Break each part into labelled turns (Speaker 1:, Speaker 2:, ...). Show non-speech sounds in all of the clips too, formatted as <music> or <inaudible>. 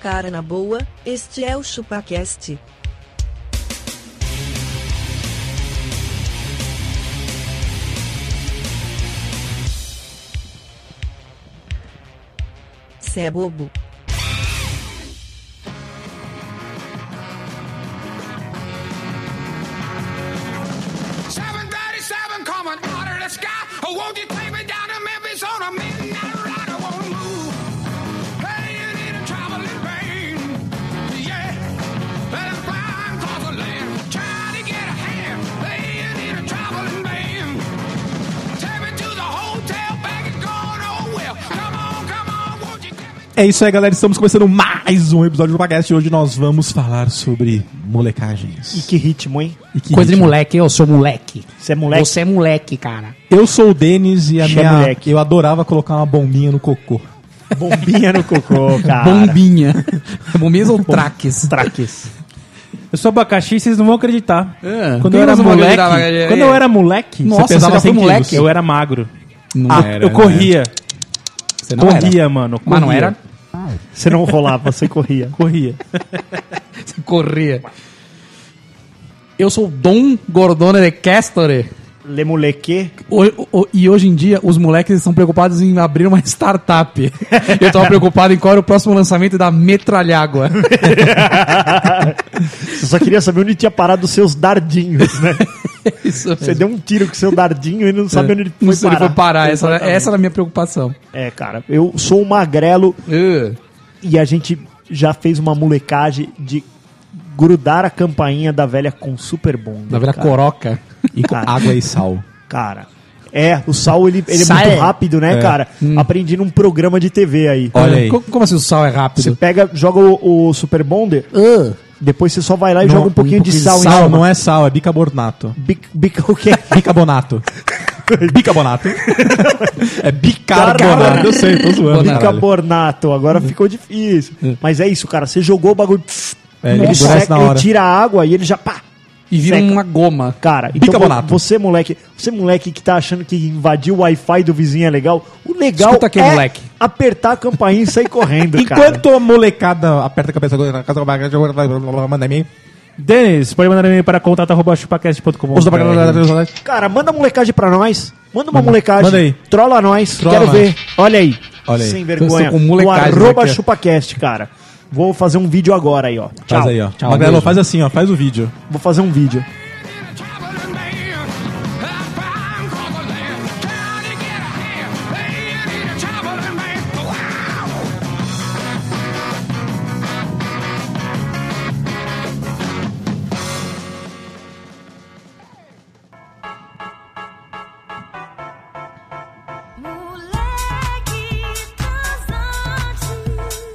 Speaker 1: Cara na boa, este é o ChupaCast. Cê é bobo.
Speaker 2: Seven thirty-seven coming out of the sky. Oh, won't you take me down to Memphis on a midnight ride? I won't move. Hey, you need a traveling pain. Yeah, let him fly across the land. Try to get a hand. Hey, you need a traveling man. Take me to the hotel, back and go nowhere. Come on, come on, won't you give me?
Speaker 3: É isso aí, galera. Estamos começando mais um episódio do Podcast e hoje nós vamos falar sobre molecagens.
Speaker 4: E que ritmo, hein?
Speaker 3: E que
Speaker 5: Coisa de
Speaker 3: ritmo.
Speaker 5: moleque, eu sou moleque.
Speaker 4: Você é moleque?
Speaker 5: Você é moleque, cara.
Speaker 3: Eu sou o Denis e a
Speaker 4: Che
Speaker 6: é
Speaker 3: minha.
Speaker 4: moleque.
Speaker 3: Eu adorava colocar uma bombinha no cocô.
Speaker 4: Bombinha no
Speaker 5: <laughs>
Speaker 4: cocô, cara.
Speaker 5: Bombinha. Bombinhas ou traques?
Speaker 4: Traques.
Speaker 6: Eu sou abacaxi, vocês não vão acreditar.
Speaker 5: É.
Speaker 6: Quando
Speaker 5: Quem
Speaker 6: eu era
Speaker 5: não vai
Speaker 6: moleque,
Speaker 5: acreditar,
Speaker 3: É,
Speaker 5: vai-
Speaker 6: quando eu era moleque,
Speaker 5: Nossa,
Speaker 6: você
Speaker 5: você
Speaker 6: pesava
Speaker 5: já foi
Speaker 6: 100
Speaker 5: moleque?
Speaker 6: quilos. Eu era magro.
Speaker 5: Não
Speaker 6: Ah,
Speaker 3: era, né?
Speaker 6: eu corria,
Speaker 5: Você não
Speaker 6: corria,
Speaker 5: era.
Speaker 6: mano. Corria,
Speaker 5: Mas não era? <laughs>
Speaker 4: Você não rolava, você corria.
Speaker 6: Corria.
Speaker 5: Você corria. Eu sou Dom Gordone de Castore.
Speaker 4: Le moleque.
Speaker 5: O- o- e hoje em dia, os moleques estão preocupados em abrir uma startup. Eu tava preocupado em qual era o próximo lançamento da Metralhágua.
Speaker 4: Eu só queria saber onde tinha parado os seus dardinhos,
Speaker 5: <laughs>
Speaker 4: né?
Speaker 5: <laughs> Isso
Speaker 4: Você
Speaker 5: mesmo.
Speaker 4: deu um tiro com seu dardinho e não sabe onde ele foi
Speaker 5: É. Não sei, ele
Speaker 4: parar.
Speaker 5: foi parar. Essa, era- essa
Speaker 4: Exatamente.
Speaker 5: era a minha preocupação.
Speaker 4: É, cara. Eu sou um magrelo
Speaker 5: Uh,
Speaker 4: e a gente já fez uma molecagem de grudar a campainha da velha com super bunda.
Speaker 5: da velha
Speaker 4: cara.
Speaker 5: coroca.
Speaker 3: E
Speaker 6: Ah.
Speaker 3: com
Speaker 4: Cara.
Speaker 3: água e sal.
Speaker 4: Cara. É, o sal ele, ele é
Speaker 5: Sal.
Speaker 4: muito rápido, né,
Speaker 3: É.
Speaker 4: cara?
Speaker 5: Hum.
Speaker 4: Aprendi num programa de TV aí.
Speaker 3: Olha aí.
Speaker 5: Co- Como assim o sal é
Speaker 4: Você
Speaker 5: rápido?
Speaker 4: pega, joga o, o Super Bonder,
Speaker 5: Uh,
Speaker 4: depois você só vai lá e
Speaker 3: Não,
Speaker 4: joga um pouquinho, de sal, em
Speaker 3: Sal
Speaker 4: cima.
Speaker 3: não é sal, é bicarbonato.
Speaker 4: Bic- bica- <laughs> o quê?
Speaker 3: Bicarbonato. bicarbonato. é bicarbonato. Eu sei, tô zoando.
Speaker 5: Bicarbonato.
Speaker 3: caralho.
Speaker 4: Bicarbonato. Agora ficou difícil. Mas é isso, cara. Você jogou o bagulho. pss,
Speaker 3: É, ele endurece na hora.
Speaker 4: ele tira a água e ele já pá.
Speaker 5: e vira
Speaker 4: Seca.
Speaker 5: uma goma.
Speaker 4: Cara, então,
Speaker 3: Bicarbonato.
Speaker 4: vo- você moleque, você moleque que tá achando que invadir o Wi-Fi do vizinho é legal, o legal
Speaker 5: Escuta aqui,
Speaker 4: é
Speaker 5: moleque.
Speaker 4: apertar a campainha e sair correndo, cara.
Speaker 3: <laughs> Enquanto a molecada aperta a cabeça, manda e-mail.
Speaker 6: Denis, pode mandar e-mail para contato.chupacast.com.
Speaker 4: Cara, manda molecagem pra nós. Manda uma molecagem.
Speaker 3: Manda aí.
Speaker 4: Trola nós.
Speaker 3: Trola
Speaker 4: Quero
Speaker 3: nós.
Speaker 4: ver. Olha aí.
Speaker 3: Olha aí.
Speaker 4: Sem
Speaker 5: Tô
Speaker 4: vergonha.
Speaker 5: com
Speaker 4: o
Speaker 5: molecagem
Speaker 4: arroba
Speaker 5: aqui, ó.
Speaker 4: ChupaCast, cara. Vou fazer um vídeo agora aí, ó. Tchau.
Speaker 3: Faz aí, ó.
Speaker 5: Tchau,
Speaker 3: Magrelo,
Speaker 5: beijo.
Speaker 3: faz assim, ó. Faz o vídeo.
Speaker 4: Vou fazer um vídeo.
Speaker 2: Need a traveling man. I'll fly across the land. Try to get a hand. Hey, you need a traveling man. Wow.
Speaker 7: Moleque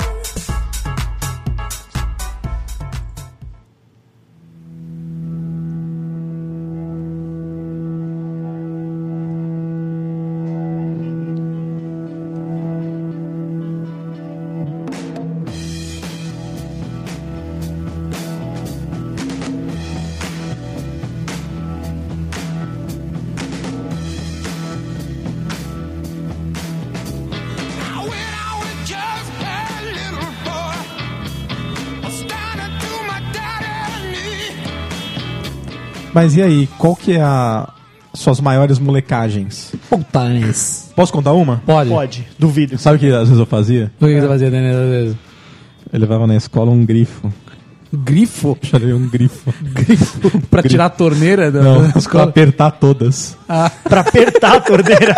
Speaker 7: transante.
Speaker 2: When I was just a little boy, I started to my daddy's knee.
Speaker 3: Mas e aí, qual que é a suas maiores molecagens?
Speaker 5: Putanes.
Speaker 3: Posso contar uma?
Speaker 5: né? Pode. É.
Speaker 4: Pode. Duvido.
Speaker 3: Sabe o que às vezes eu fazia?
Speaker 5: O que que você fazia, Daniel? às vezes?
Speaker 3: Eu levava na escola um grifo.
Speaker 5: Grifo?
Speaker 3: Chorei um grifo. <laughs> grifo?
Speaker 5: Pra tirar a torneira da,
Speaker 3: Não,
Speaker 5: da
Speaker 3: pra
Speaker 5: escola?
Speaker 3: apertar todas.
Speaker 4: Pra apertar
Speaker 3: <laughs>
Speaker 4: a torneira.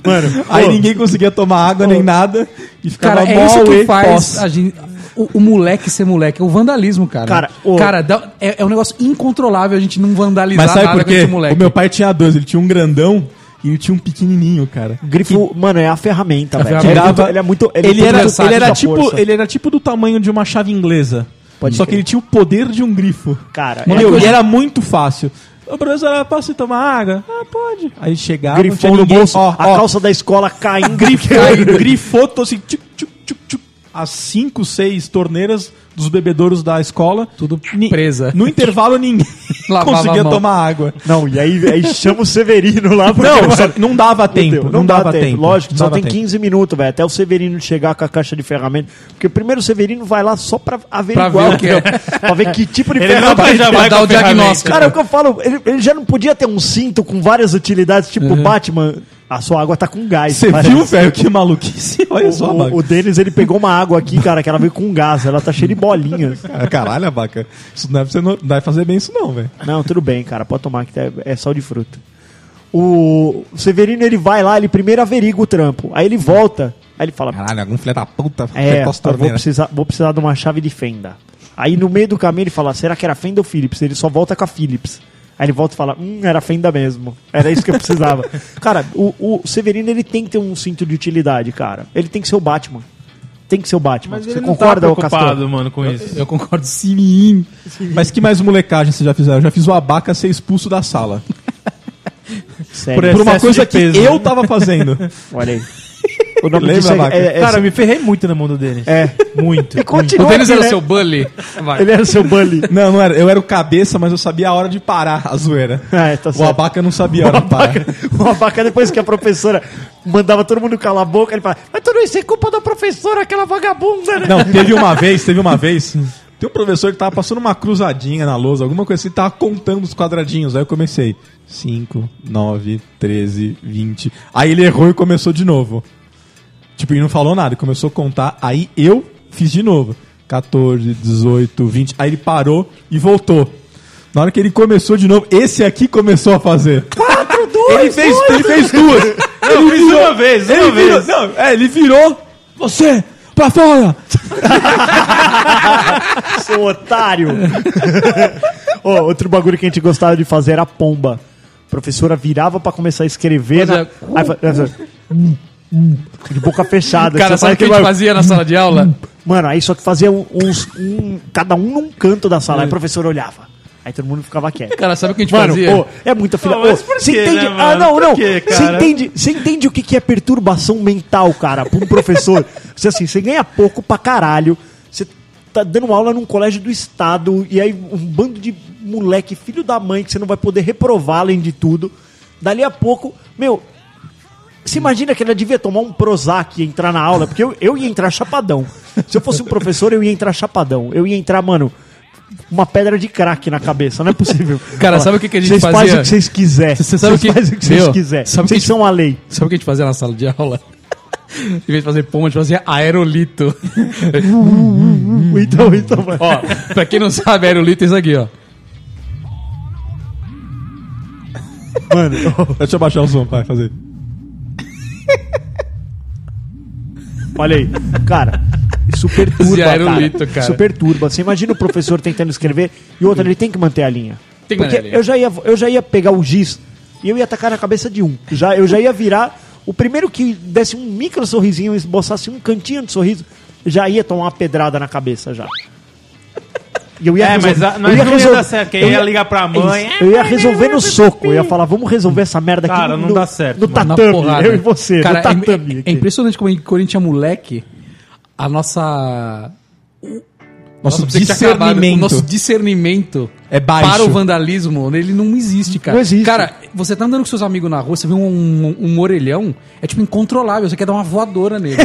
Speaker 4: <laughs> Mano.
Speaker 3: Aí
Speaker 4: pô,
Speaker 3: ninguém conseguia tomar água nem nada e ficava
Speaker 5: Cara, é
Speaker 3: mó
Speaker 5: isso que
Speaker 3: uê,
Speaker 5: faz
Speaker 3: pós.
Speaker 5: a gente... O, o moleque ser moleque, é o vandalismo, cara.
Speaker 4: Cara, o-
Speaker 5: Cara, dá- é, é um negócio incontrolável a gente não vandalizar
Speaker 3: Mas sabe
Speaker 5: nada
Speaker 3: por
Speaker 5: com
Speaker 3: quê?
Speaker 5: esse moleque.
Speaker 3: O meu pai tinha dois, ele tinha um grandão e ele tinha um pequenininho, cara.
Speaker 4: Grifo, mano, é a ferramenta, velho.
Speaker 3: Que
Speaker 5: Ele
Speaker 4: é
Speaker 3: dava-
Speaker 4: muito- ele é muito.
Speaker 3: Ele,
Speaker 4: é muito
Speaker 3: era,
Speaker 4: versátil
Speaker 3: ele era
Speaker 4: da
Speaker 3: tipo,
Speaker 4: força.
Speaker 3: ele era tipo do tamanho de uma chave inglesa.
Speaker 4: Pode
Speaker 3: só
Speaker 4: crer.
Speaker 3: que ele tinha o poder de um grifo.
Speaker 4: Cara,
Speaker 3: Meu,
Speaker 4: é-
Speaker 3: e era muito fácil. Ô, professor, posso tomar água? Ah, pode. Aí chegava, não tinha
Speaker 4: grifão no
Speaker 3: ninguém.
Speaker 4: bolso,
Speaker 3: Ó,
Speaker 4: a
Speaker 3: ó,
Speaker 4: <laughs> calça da escola caindo.
Speaker 3: grifou, grifou, tô assim, tchuc, tchuc, tchuc, tchuc. As cinco, seis torneiras dos bebedouros da escola.
Speaker 5: Tudo presa.
Speaker 3: No intervalo, ninguém,
Speaker 5: Lavava a
Speaker 3: conseguia
Speaker 5: mão.
Speaker 3: tomar água.
Speaker 4: Não, e aí, aí chama o Severino lá. porque-
Speaker 3: Não, é só- não dava tempo.
Speaker 4: Fudeu,
Speaker 3: não, dava, tempo.
Speaker 4: Lógico,
Speaker 3: não
Speaker 4: só
Speaker 3: dava
Speaker 4: tem
Speaker 3: tempo.
Speaker 4: 15 minutos, velho. Até o Severino chegar com a caixa de ferramenta. Porque primeiro o Severino vai lá só pra averiguar
Speaker 5: Pra ver o que é.
Speaker 4: <laughs> Pra ver que tipo de
Speaker 6: Ele não
Speaker 4: ferramenta.
Speaker 6: vai já vai
Speaker 5: Dá
Speaker 6: com
Speaker 5: o
Speaker 6: a ferramenta.
Speaker 5: diagnóstico.
Speaker 4: Cara, é o que eu falo, ele, ele já não podia ter um cinto com várias utilidades, tipo
Speaker 6: Uhum.
Speaker 4: o Batman. A sua água tá com gás.
Speaker 3: Você
Speaker 4: parece.
Speaker 3: viu, velho, que maluquice? Olha só,
Speaker 4: O,
Speaker 3: Baca.
Speaker 4: o, o Denis, ele pegou uma água aqui, cara, que ela veio com gás. Ela tá cheia de <laughs> bolinhas.
Speaker 3: Ah, Caralho, Abaca. Isso não deve, ser no- não deve fazer bem isso não, velho.
Speaker 4: Não, tudo bem, cara. Pode tomar, que é- é sal de fruta. O Severino, ele vai lá, ele primeiro averigua o trampo. Aí ele volta. Aí ele fala,
Speaker 3: Caralho, algum filho da puta.
Speaker 4: É,
Speaker 3: fez com as
Speaker 4: eu vou
Speaker 3: torneiras.
Speaker 4: precisar, vou precisar de uma chave de fenda. Aí no meio do caminho ele fala, será que era fenda ou Philips? Ele só volta com a Philips. Aí ele volta e fala, hum, era fenda mesmo. Era isso que eu
Speaker 3: <laughs>
Speaker 4: precisava. cara, o, o Severino ele tem que ter um cinto de utilidade, cara. Ele tem que ser o Batman. Tem que ser o Batman.
Speaker 6: Mas
Speaker 4: Você
Speaker 6: ele não
Speaker 4: concorda,
Speaker 6: tá
Speaker 4: ô Castro?
Speaker 6: preocupado, mano, com isso.
Speaker 5: Eu concordo sim.
Speaker 3: Mas que mais molecagem vocês já fizeram? Eu já fiz o Abaca ser expulso da sala.
Speaker 4: Sério.
Speaker 3: Por, por uma
Speaker 6: excesso
Speaker 3: coisa
Speaker 6: de
Speaker 3: que
Speaker 6: peso.
Speaker 3: eu tava
Speaker 4: <laughs>
Speaker 3: fazendo.
Speaker 4: Olha aí. O nome
Speaker 3: Lembra,
Speaker 4: disso é-
Speaker 3: Vaca?
Speaker 4: é, é-
Speaker 6: Cara, eu me ferrei muito na mão do Denis.
Speaker 4: é.
Speaker 6: Muito.
Speaker 4: E
Speaker 5: O
Speaker 4: continua
Speaker 5: Denis
Speaker 4: aqui,
Speaker 5: era
Speaker 4: né?
Speaker 5: seu bully. Vai.
Speaker 4: Ele era seu bully.
Speaker 3: Não, não era. Eu era o cabeça, mas eu sabia a hora de parar a zoeira.
Speaker 4: <laughs> É, tá
Speaker 3: o
Speaker 4: certo.
Speaker 3: Abaca não sabia a hora de
Speaker 4: <laughs>
Speaker 3: parar.
Speaker 5: É.
Speaker 4: O abaca, depois que a professora mandava todo mundo calar a boca, ele fala: Mas tudo isso é culpa da professora, aquela vagabunda, né?
Speaker 3: Não, teve uma vez, teve uma <laughs> vez. Tem um professor que tava passando uma cruzadinha na lousa, alguma coisa assim, tava contando os quadradinhos. Aí eu comecei. 5, 9, 13, 20. Aí ele errou e começou de novo. Tipo, ele não falou nada, ele começou a contar. Aí eu fiz de novo. 14, 18, 20. Aí ele parou e voltou. Na hora que ele começou de novo, esse aqui começou a fazer. 4, 2, <laughs> ele fez, ele fez <laughs> duas. ele fez uma vez, uma ele virou, não, é, ele virou. Você, pra fora!
Speaker 4: Seu <laughs> otário! Ó, outro bagulho que a gente gostava de fazer era a pomba. A professora virava pra começar a escrever. Na...
Speaker 5: Fazia-
Speaker 4: Aí fa- <laughs> aí fazia- Hum, hum, de boca fechada.
Speaker 5: Cara,
Speaker 4: Você
Speaker 5: sabe o que a
Speaker 4: aquele
Speaker 5: gente
Speaker 4: bagulho-
Speaker 5: fazia na sala de aula?
Speaker 4: Mano, aí só que fazia um- uns. um- cada um num canto da
Speaker 6: É.
Speaker 4: sala. Aí a professora olhava. Aí todo mundo ficava quieto.
Speaker 5: Cara, sabe o que a gente
Speaker 4: Mano,
Speaker 5: fazia?
Speaker 4: ô, é muita filha.
Speaker 6: Ah, mas
Speaker 4: Ô,
Speaker 6: por
Speaker 4: você
Speaker 6: quê,
Speaker 4: entende?
Speaker 6: né,
Speaker 4: ah,
Speaker 6: mano?
Speaker 4: não,
Speaker 6: Por
Speaker 4: não.
Speaker 6: quê,
Speaker 4: você
Speaker 6: cara?
Speaker 4: entende, você entende o que que é perturbação mental, cara, pra um professor? Você assim, você ganha pouco pra caralho. Você tá dando aula num colégio do estado e aí um bando de moleque, filho da mãe, que você não vai poder reprovar além de tudo. Dali a pouco, meu, você imagina que ela devia tomar um Prozac e entrar na aula? Porque eu, eu ia entrar chapadão. Se eu fosse um professor, eu ia entrar chapadão. Eu ia entrar, mano, uma pedra de crack na cabeça. Não é possível.
Speaker 5: Cara,
Speaker 4: Fala,
Speaker 5: sabe o que que a gente
Speaker 4: Vocês fazem
Speaker 5: fazia?
Speaker 4: o que vocês quiserem.
Speaker 5: Você sabe
Speaker 4: Vocês
Speaker 5: o que-
Speaker 4: fazem o que vocês
Speaker 5: Meu,
Speaker 4: quiserem.
Speaker 5: sabe o que
Speaker 4: Vocês
Speaker 5: que-
Speaker 4: são a lei.
Speaker 5: Sabe o que a gente fazia na sala de aula? <laughs> Em vez de fazer pomba, a gente fazia aerolito. <laughs>
Speaker 4: Então, então, vai.
Speaker 5: ó, pra quem não sabe, aerolito é isso aqui, ó.
Speaker 4: mano.
Speaker 3: <laughs> Deixa eu abaixar o som, vai fazer.
Speaker 4: Olha aí. Cara, isso perturba,
Speaker 5: Esse
Speaker 4: cara.
Speaker 5: aerolito, cara.
Speaker 4: Isso perturba. Você imagina o professor tentando escrever e o outro ele tem que manter a linha.
Speaker 5: Tem que
Speaker 4: Porque
Speaker 5: manter a linha.
Speaker 4: Eu, já ia, eu já ia pegar o giz e eu ia atacar na cabeça de um. Já, eu já ia virar. O primeiro que desse um micro sorrisinho, esboçasse um cantinho de sorriso, já ia tomar uma pedrada na cabeça já. E eu ia
Speaker 6: É, mas
Speaker 4: resol-
Speaker 6: a- nós
Speaker 4: eu
Speaker 6: não ia
Speaker 4: resol-
Speaker 6: dar certo, que aí
Speaker 4: eu É
Speaker 6: ia ligar pra mãe,
Speaker 4: Isso, Eu ia resolver no soco. Eu ia falar, vamos resolver essa merda aqui
Speaker 6: Cara,
Speaker 4: no,
Speaker 6: não
Speaker 4: no-
Speaker 6: dá certo,
Speaker 4: No
Speaker 5: Na
Speaker 4: tatame,
Speaker 5: porrada.
Speaker 4: eu e você,
Speaker 5: Cara,
Speaker 4: no
Speaker 5: é-
Speaker 4: tatame.
Speaker 5: é-
Speaker 4: aqui.
Speaker 5: É, impressionante como quando a gente é moleque, a nossa.
Speaker 3: Nosso
Speaker 5: você que tinha acabado,
Speaker 3: discernimento.
Speaker 5: O
Speaker 3: <laughs>
Speaker 5: nosso discernimento
Speaker 3: É baixo.
Speaker 5: para o vandalismo, ele não existe, cara.
Speaker 4: Não existe.
Speaker 5: Cara, você tá andando com seus amigos na rua, você vê um, um, um orelhão, é tipo incontrolável, você quer dar uma
Speaker 4: <laughs>
Speaker 5: voadora nele.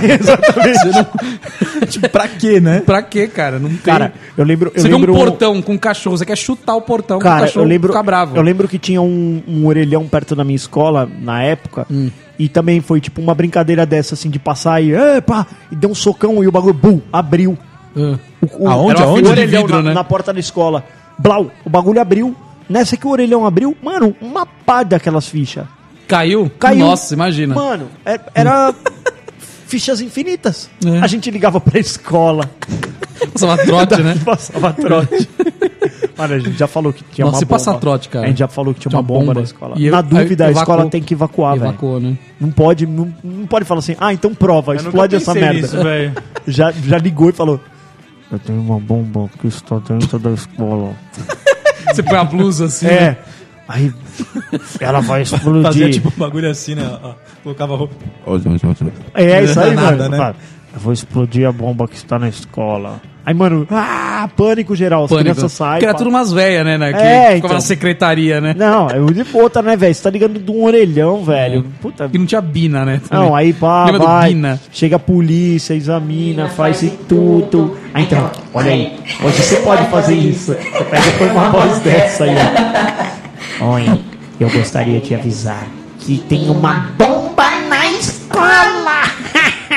Speaker 3: Tipo, pra quê, né?
Speaker 5: pra quê, cara? Não tem.
Speaker 4: Cara, eu lembro. Eu
Speaker 5: você
Speaker 4: lembro
Speaker 5: vê um portão com um cachorro, você quer chutar o portão com o
Speaker 4: Cara,
Speaker 5: cachorro
Speaker 4: eu lembro,
Speaker 5: ficar bravo.
Speaker 4: eu lembro que tinha um, um orelhão perto da minha escola na época.
Speaker 5: Hum.
Speaker 4: E também foi tipo uma brincadeira dessa, assim, de passar e. Epa! E deu um socão e o bagulho, bum, abriu.
Speaker 5: Ah.
Speaker 4: O, o-
Speaker 3: Aonde,
Speaker 4: era uma
Speaker 3: aonde?
Speaker 4: fita
Speaker 5: De
Speaker 4: orelhão
Speaker 5: vidro,
Speaker 4: na,
Speaker 5: né?
Speaker 4: na porta da escola. Blau, o bagulho abriu. Nessa que o orelhão abriu, mano, uma pá daquelas fichas.
Speaker 5: Caiu?
Speaker 4: Caiu.
Speaker 5: Nossa, imagina.
Speaker 4: Mano, é-
Speaker 5: <laughs>
Speaker 4: era. Fichas infinitas.
Speaker 5: É.
Speaker 4: A gente ligava pra escola,
Speaker 5: Nossa, uma
Speaker 4: <laughs>
Speaker 5: trote, né?
Speaker 4: passava trote. Mano, a gente já falou que tinha
Speaker 5: Nossa,
Speaker 4: É uma
Speaker 5: se
Speaker 4: bomba.
Speaker 5: passar trote, cara.
Speaker 4: A gente já falou que tinha, uma bomba, na escola.
Speaker 5: E eu-
Speaker 4: na dúvida, a
Speaker 5: aí evacuou.
Speaker 4: escola tem que evacuar, velho.
Speaker 5: Evacuou, né?
Speaker 4: Não pode, não, não pode falar assim, ah, então prova,
Speaker 6: Eu nunca
Speaker 4: explode essa
Speaker 6: pensei
Speaker 4: merda.
Speaker 6: nisso, velho.
Speaker 4: já, já ligou e falou.
Speaker 8: Eu tenho uma bomba que está dentro da escola.
Speaker 5: Você põe a blusa assim. né?
Speaker 4: <laughs> É.
Speaker 8: Aí ela vai
Speaker 3: <laughs> Fazia
Speaker 8: explodir.
Speaker 3: tipo um bagulho assim, né? Ó, colocava roupa.
Speaker 4: É, isso aí,
Speaker 3: Nada,
Speaker 4: mano.
Speaker 3: né?
Speaker 8: Eu vou explodir a bomba que está na escola.
Speaker 4: Aí, mano, ah, pânico geral. As
Speaker 5: Pânico.
Speaker 4: crianças saem.
Speaker 5: Porque era
Speaker 4: pá.
Speaker 5: tudo umas velhas, né? né que
Speaker 4: É,
Speaker 5: ficava
Speaker 4: então.
Speaker 5: na secretaria, né?
Speaker 4: Não, é o de outra, né, velho? Você tá ligando de um orelhão, velho. Puta.
Speaker 5: Que É. não tinha bina, né? também.
Speaker 4: Não, aí pá,
Speaker 5: Lembra do
Speaker 4: vai.
Speaker 5: Bina?
Speaker 4: Chega a polícia, examina, faz isso tudo. Ah, então, olha aí. Hoje você pode fazer isso. Você pega e põe uma voz dessa aí. ó. Oi, eu gostaria de avisar que tem uma bomba na escola.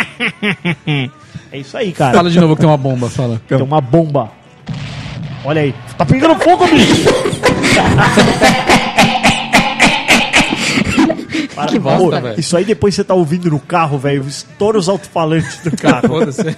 Speaker 4: <laughs> é isso aí, cara.
Speaker 5: Fala de novo que tem uma
Speaker 4: <laughs>
Speaker 5: bomba, fala.
Speaker 4: Tem uma bomba. Olha aí. Tá pegando fogo, bicho! Para,
Speaker 5: <laughs> Que bosta,
Speaker 4: pô,
Speaker 5: velho.
Speaker 4: Isso aí depois você tá ouvindo no carro, velho. Estoura os alto-falantes do
Speaker 5: <laughs>
Speaker 4: carro.
Speaker 5: Foda-se.
Speaker 4: Tá.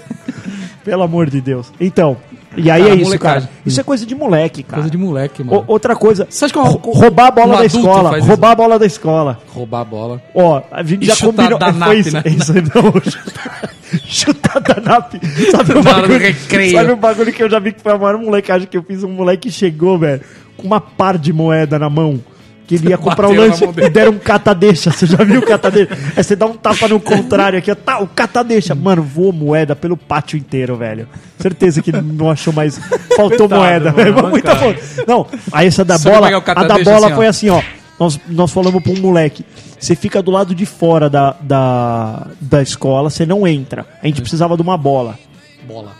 Speaker 4: Pelo amor de Deus. Então, e aí
Speaker 5: Cara,
Speaker 4: é isso,
Speaker 5: Tá, molecagem.
Speaker 4: cara. Isso é coisa de moleque, cara.
Speaker 5: Coisa de moleque,
Speaker 4: O-
Speaker 5: mano.
Speaker 4: outra coisa.
Speaker 5: Você acha que um-
Speaker 4: rou- roubar a bola
Speaker 5: um
Speaker 4: da
Speaker 5: adulto
Speaker 4: escola.
Speaker 5: faz isso?
Speaker 4: Roubar a bola da escola.
Speaker 5: Roubar a bola.
Speaker 4: Ó, a gente
Speaker 5: E
Speaker 4: já
Speaker 5: chutar
Speaker 4: combinou.
Speaker 5: da
Speaker 4: é,
Speaker 5: nap,
Speaker 4: foi isso,
Speaker 5: né?
Speaker 4: é isso aí, não. <laughs> Chutar- Chutar da NAP. Sabe o
Speaker 5: Na hora do
Speaker 4: bagulho,
Speaker 5: recreio.
Speaker 4: sabe o bagulho que eu já vi que foi a maior molecagem que eu fiz? Um moleque chegou, velho, com uma par de moeda na mão. Que
Speaker 5: <laughs>
Speaker 4: ele ia comprar um
Speaker 5: Bateu na
Speaker 4: lanche
Speaker 5: mão dele.
Speaker 4: e deram um catadeixa. Você já viu o
Speaker 5: <laughs>
Speaker 4: catadeixa? É você dá um tapa no contrário aqui, ó. Tá, o catadeixa. Mano, voou moeda pelo pátio inteiro, velho. Certeza que não achou
Speaker 5: <laughs>
Speaker 4: mais. Faltou
Speaker 6: Coitado,
Speaker 4: moeda, <laughs>
Speaker 6: mano,
Speaker 4: velho.
Speaker 6: mancada.
Speaker 4: Muita falta. Não, aí essa da
Speaker 5: Só
Speaker 4: bola.
Speaker 5: pegar o
Speaker 4: A da
Speaker 5: catadeixa
Speaker 4: bola
Speaker 5: assim, ó.
Speaker 4: foi assim, ó. Nós, nós falamos pra um moleque: você fica do lado de fora da, da, da escola, você não entra. A gente precisava de uma bola
Speaker 5: É. Bola.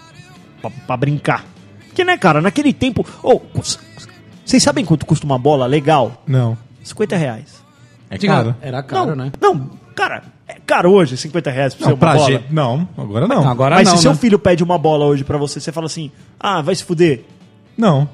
Speaker 4: pra, pra brincar. Porque, né, cara, naquele tempo. Ô, c- vocês sabem quanto custa uma bola legal?
Speaker 3: Não.
Speaker 4: 50 reais.
Speaker 3: É
Speaker 5: Diga,
Speaker 3: caro.
Speaker 5: Era caro,
Speaker 4: não,
Speaker 5: né?
Speaker 4: Não, cara, é caro hoje 50 reais pra você
Speaker 3: Não,
Speaker 4: uma
Speaker 3: pra
Speaker 4: bola.
Speaker 3: gente. Não, agora Ah, não.
Speaker 5: Agora
Speaker 4: Mas
Speaker 5: não,
Speaker 4: se seu
Speaker 5: né?
Speaker 4: filho pede uma bola hoje pra você, você fala assim: ah, vai se fuder.
Speaker 3: Não.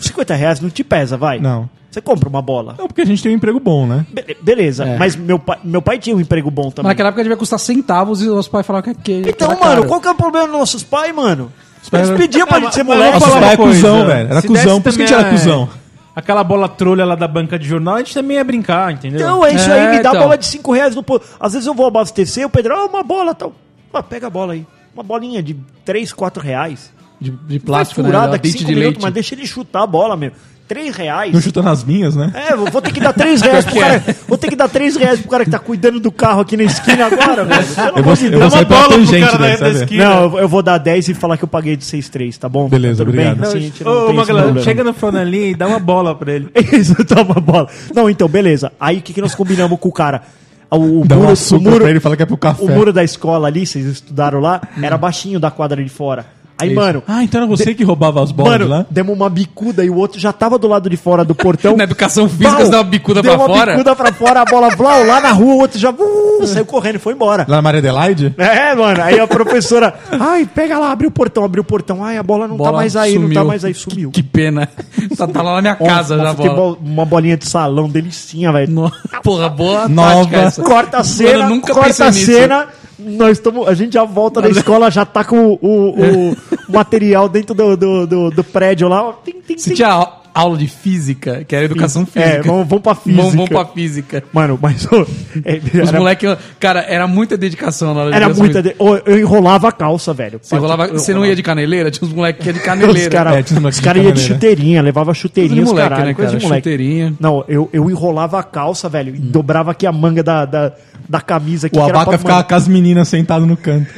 Speaker 4: 50 reais não te pesa, vai.
Speaker 3: Não.
Speaker 4: Você compra uma bola.
Speaker 3: Não, porque a gente tem um emprego bom, né?
Speaker 4: Be- beleza,
Speaker 5: É.
Speaker 4: mas meu pai, meu pai tinha um emprego bom
Speaker 5: Mas
Speaker 4: também.
Speaker 5: naquela né, época devia custar centavos e os nossos pais falavam que, que
Speaker 4: Então,
Speaker 5: que era
Speaker 4: mano,
Speaker 5: caro.
Speaker 4: qual que é o problema dos nossos pais, mano?
Speaker 5: pais-
Speaker 4: Eles pediam pra gente ser
Speaker 6: mas
Speaker 4: moleque.
Speaker 6: vou
Speaker 3: Nossa,
Speaker 6: falar
Speaker 3: era
Speaker 6: uma coisa.
Speaker 3: cuzão, velho. Era
Speaker 6: Se
Speaker 3: cuzão.
Speaker 6: desse
Speaker 3: Por isso que a gente
Speaker 6: também
Speaker 3: era
Speaker 6: a-
Speaker 3: cuzão.
Speaker 6: Aquela bola trolha lá da banca de jornal, a gente também ia brincar, entendeu?
Speaker 4: Então é isso aí,
Speaker 5: É,
Speaker 4: me dá
Speaker 5: então.
Speaker 4: bola de 5 reais no posto. Às vezes eu vou abastecer, o Pedro, ah, uma bola tal. Ah, pega a bola aí. Uma bolinha de 3, 4 reais.
Speaker 5: De, de plástico,
Speaker 4: Vai
Speaker 5: né?
Speaker 4: furar
Speaker 5: Era
Speaker 4: daqui
Speaker 5: dente
Speaker 4: 5
Speaker 5: de
Speaker 4: minutos,
Speaker 5: leite.
Speaker 4: mas deixa ele chutar a bola, meu. 3 reais.
Speaker 3: Não chutando as minhas, né?
Speaker 4: É, vou vou ter que dar
Speaker 5: <laughs>
Speaker 4: 3 reais pro
Speaker 5: é.
Speaker 4: cara. Vou ter que dar 3 reais pro cara que tá cuidando do carro aqui na esquina
Speaker 5: <laughs>
Speaker 4: agora, velho. Pelo
Speaker 3: Eu vou,
Speaker 4: amor de
Speaker 3: eu
Speaker 4: Deus.
Speaker 3: vou sair pra
Speaker 6: bola pro
Speaker 3: tangente,
Speaker 6: cara
Speaker 3: né?
Speaker 6: da- da
Speaker 3: Sabe?
Speaker 6: esquina.
Speaker 4: Não, eu- eu vou dar 10 e falar que eu paguei de 6,3, tá bom?
Speaker 3: Beleza,
Speaker 4: Tudo
Speaker 3: obrigado.
Speaker 4: Bem? Assim, a gente não
Speaker 6: Ô,
Speaker 4: tem esse
Speaker 6: Magalhães,
Speaker 4: problema.
Speaker 6: chega
Speaker 5: <laughs>
Speaker 6: no Fronelinha e dá uma bola pra ele.
Speaker 4: <laughs> Isso, toma a bola. Não, então, beleza. Aí o que, que nós combinamos com o cara? O, o
Speaker 3: Dá um
Speaker 4: muro, o,
Speaker 3: açúcar
Speaker 4: muro,
Speaker 3: pra ele e fala que é pro café.
Speaker 4: o muro da escola ali, vocês estudaram lá, era baixinho da quadra de fora. Aí, mano,
Speaker 3: Ah, então era você que roubava as bolas né?
Speaker 4: mano,
Speaker 3: lá?
Speaker 4: demos uma bicuda e o outro já tava do lado de fora do portão.
Speaker 5: <laughs> Na educação física,
Speaker 4: Pau!
Speaker 5: você dá uma bicuda
Speaker 4: Deu
Speaker 5: pra
Speaker 4: uma
Speaker 5: fora.
Speaker 4: bicuda pra fora, a bola blau, lá na rua, o outro
Speaker 3: <laughs>
Speaker 4: já uh, saiu correndo e foi embora.
Speaker 3: Lá na Maria Adelaide?
Speaker 4: É, mano, aí a professora, ai, pega lá, abre o portão, abre o portão, ai, a bola não
Speaker 5: Bola
Speaker 4: tá mais aí, não tá
Speaker 5: sumiu.
Speaker 4: mais aí, sumiu.
Speaker 5: Que pena. <laughs> Tá, tá lá na minha casa
Speaker 4: Nossa,
Speaker 5: já, a bola.
Speaker 4: futebol, Uma bolinha de salão, delicinha, velho. <laughs>
Speaker 5: No- Porra, boa
Speaker 3: Nova.
Speaker 5: tática essa.
Speaker 4: Corta a
Speaker 5: Mano,
Speaker 4: cena,
Speaker 5: eu nunca
Speaker 4: corta
Speaker 5: pensei
Speaker 4: a
Speaker 5: nisso.
Speaker 4: cena. Nós estamos, a gente já volta da escola, já tá com o,
Speaker 5: <laughs>
Speaker 4: o- o material dentro do, do, do- do prédio lá. ó, Tim, tim,
Speaker 5: Se
Speaker 4: tim.
Speaker 5: tinha au- aula de física, que era educação física.
Speaker 4: É, vamos, vamos pra física.
Speaker 5: Vamos, vamos pra física.
Speaker 4: Mano, mas ô, é,
Speaker 5: Os
Speaker 4: era,
Speaker 5: moleque, cara, era muita dedicação na hora de
Speaker 4: era
Speaker 5: educação
Speaker 4: muita.
Speaker 5: física.
Speaker 4: de- ô, eu enrolava a calça, velho.
Speaker 5: Você, rolava,
Speaker 4: Eu
Speaker 5: você não ia de caneleira? Tinha uns moleque que ia de
Speaker 4: Os
Speaker 5: caneleira.
Speaker 4: caras
Speaker 3: É, tinha uns moleques de
Speaker 4: cara iam de
Speaker 3: caneleira.
Speaker 4: chuteirinha, levava chuteirinha,
Speaker 5: Coisa de
Speaker 4: os
Speaker 5: moleque,
Speaker 4: caralho,
Speaker 5: né,
Speaker 4: coisa de
Speaker 5: cara?
Speaker 4: moleque.
Speaker 5: Chuteirinha.
Speaker 4: Não, eu, eu enrolava a calça, velho, e dobrava aqui a manga da, da, da camisa. Aqui,
Speaker 3: Hum. O
Speaker 4: que era
Speaker 3: abaca
Speaker 4: pra
Speaker 3: ficava com as meninas sentado no canto.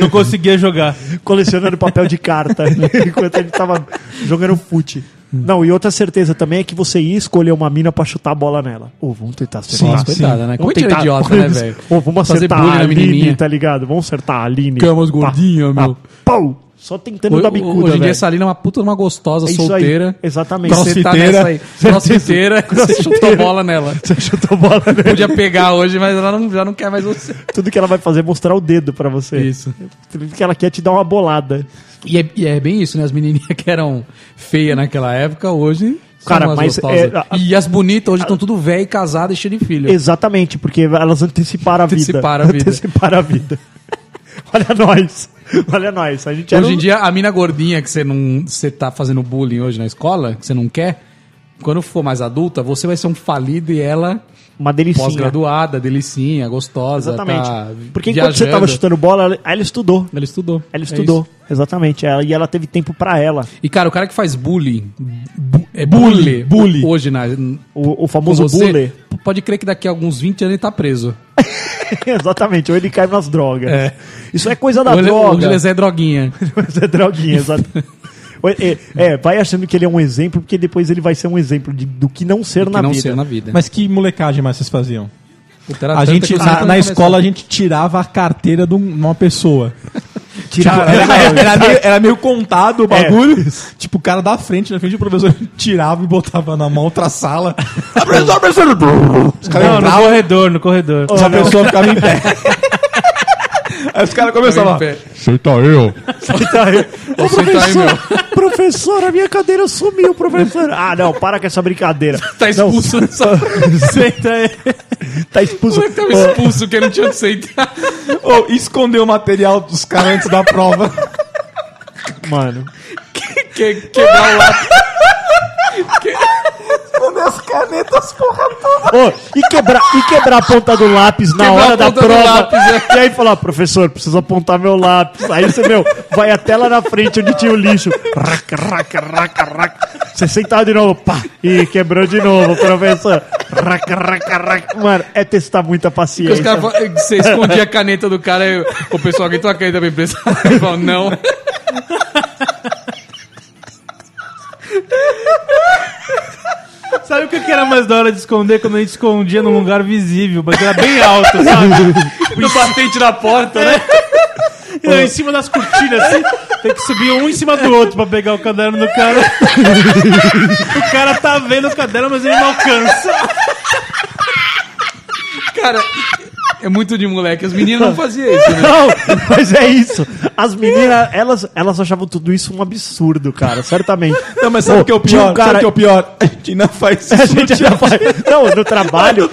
Speaker 6: Não conseguia jogar.
Speaker 4: colecionando papel
Speaker 3: <laughs>
Speaker 4: de carta <laughs> enquanto ele tava jogando fute. Não, e outra certeza também é que você ia escolher uma mina pra chutar a bola nela. Ô, vamos tentar
Speaker 3: Sim,
Speaker 4: acertar.
Speaker 3: sim.
Speaker 5: Coitada, né?
Speaker 4: Vamos
Speaker 5: Coitada
Speaker 4: tentar- <laughs>
Speaker 5: idiota, né, velho?
Speaker 4: Ô, vamos
Speaker 5: Fazer
Speaker 4: acertar
Speaker 5: bullying
Speaker 4: a
Speaker 5: na
Speaker 4: Aline,
Speaker 5: menininha.
Speaker 4: tá ligado? Vamos acertar a Aline.
Speaker 5: Camas
Speaker 4: Pá,
Speaker 5: gordinha,
Speaker 4: pá,
Speaker 5: meu.
Speaker 4: pau! Só tentando
Speaker 5: Ho-
Speaker 4: dar
Speaker 5: ho-
Speaker 4: bicuda,
Speaker 5: Hoje em dia
Speaker 4: velho.
Speaker 5: essa Lina é uma puta, uma gostosa,
Speaker 4: É isso
Speaker 5: solteira.
Speaker 4: aí, exatamente.
Speaker 5: Você tá
Speaker 3: Crossfiteira.
Speaker 5: nessa aí.
Speaker 4: <laughs>
Speaker 5: Crossfiteira, você chutou bola nela.
Speaker 4: <laughs> Você chutou a bola né? nela.
Speaker 5: Podia pegar hoje, mas ela não, já não quer mais você.
Speaker 4: Tudo que ela vai fazer é mostrar o dedo pra você.
Speaker 5: Isso.
Speaker 4: Tudo que ela quer é te dar uma bolada.
Speaker 5: E é, e é bem isso, né? As menininhas <laughs> que eram feias naquela época, hoje são
Speaker 4: Cara,
Speaker 5: umas
Speaker 4: mas é-
Speaker 5: gostosas.
Speaker 4: a-
Speaker 5: E as bonitas hoje estão tudo velha e casada e cheia de filho.
Speaker 4: Exatamente, porque elas anteciparam a vida.
Speaker 5: Anteciparam a vida.
Speaker 4: Anteciparam a vida. <laughs> Olha nós. Olha nós. A gente era
Speaker 5: Hoje em
Speaker 4: um-
Speaker 5: dia, a mina gordinha que você não. Você tá fazendo bullying hoje na escola, que você não quer, quando for mais adulta, você vai ser um falido e ela
Speaker 4: uma delicinha.
Speaker 5: Pós-graduada, delicinha, gostosa.
Speaker 4: é. Exatamente.
Speaker 5: Tá
Speaker 4: Porque enquanto você tava
Speaker 5: viajando.
Speaker 4: chutando bola, ela- aí ela estudou.
Speaker 5: Ela estudou.
Speaker 4: Ela
Speaker 5: É
Speaker 4: estudou,
Speaker 5: isso.
Speaker 4: exatamente. Ela- e ela teve tempo pra ela.
Speaker 5: e, cara, o cara que faz bullying. bu- é bully.
Speaker 3: Bully.
Speaker 5: Hoje, na,
Speaker 4: O, o
Speaker 5: com
Speaker 4: famoso
Speaker 5: você,
Speaker 4: bully.
Speaker 5: pode crer que daqui a alguns 20 anos ele tá preso.
Speaker 4: <laughs> exatamente, ou ele cai nas drogas.
Speaker 5: É.
Speaker 4: Isso é coisa da
Speaker 5: Ou ele- ou
Speaker 4: droga.
Speaker 5: ele é droguinha.
Speaker 4: Mas é droguinha, exato. Ou- É, é, vai achando que ele é um exemplo, porque depois ele vai ser um exemplo de- do que não ser,
Speaker 5: Que
Speaker 4: na,
Speaker 5: não
Speaker 4: vida.
Speaker 5: ser na vida.
Speaker 3: Mas que molecagem mais vocês faziam?
Speaker 5: Puta, era
Speaker 3: A
Speaker 5: tanta
Speaker 3: gente,
Speaker 5: que eu
Speaker 3: na,
Speaker 5: sempre
Speaker 3: na
Speaker 5: não
Speaker 3: escola, a gente tirava a carteira de um- uma <laughs> pessoa. Tipo,
Speaker 4: Tirar-
Speaker 3: Era, era- era meio, era meio contado o bagulho. <laughs> Tipo, o cara da frente, na frente do professor, tirava e botava na mão outra <laughs> sala. A professora, professora! Os caras
Speaker 6: Não, no
Speaker 3: entravam,
Speaker 6: corredor, no corredor.
Speaker 3: a pessoa ficava em pé. <laughs> Aí os caras começavam.
Speaker 5: Ficava em pé.
Speaker 3: Senta eu.
Speaker 4: Ô,
Speaker 5: <laughs> Você tá aí,
Speaker 4: professor, professor, a minha cadeira sumiu, professor. Ah, não, para com essa brincadeira.
Speaker 5: Tá
Speaker 4: Não, <laughs>
Speaker 5: expulso <laughs> dessa.
Speaker 4: Senta aí. Tá expulso.
Speaker 5: Como é que tava expulso que ele não tinha aceitado?
Speaker 3: Ou esconder o material dos caras antes da prova.
Speaker 4: Ô, mano.
Speaker 5: Que, quebrar o lápis.
Speaker 4: Ô, e, quebrar, e quebrar a ponta do lápis na
Speaker 5: Quebrar a
Speaker 4: hora da
Speaker 5: ponta do
Speaker 4: prova.
Speaker 5: lápis, né?
Speaker 4: E aí falar, professor, preciso apontar meu lápis. Aí você, meu, vai até lá na frente onde tinha o lixo. Raca, raca, raca, raca. Você sentava de novo, pá, e quebrou de novo, professor. Raca, raca, raca. Mano, é testar muita paciência.
Speaker 5: Os caras falam, você escondia a caneta do cara e o pessoal gritou a caneta pra empresa. <laughs> Ele falou, não.
Speaker 6: <laughs> Sabe o que que era mais da hora de esconder quando a gente escondia num lugar visível, mas era bem alto, sabe?
Speaker 5: No batente na porta, né?
Speaker 6: Era em cima das cortinas, assim. Tem que subir um em cima do outro pra pegar o caderno do
Speaker 4: <laughs>
Speaker 6: cara. o cara tá vendo o caderno, mas ele não alcança.
Speaker 5: Cara, é muito de moleque. Os meninos não faziam isso, né?
Speaker 4: Não, mas é isso. As meninas, elas, elas achavam tudo isso um absurdo, cara, certamente.
Speaker 3: Não, mas sabe o que é o
Speaker 4: Tinha
Speaker 3: pior?
Speaker 4: um cara-
Speaker 3: Sabe o que é o pior? <laughs> A gente ainda faz isso.
Speaker 4: <laughs> A gente
Speaker 3: <laughs>
Speaker 4: ainda faz. Não, no trabalho.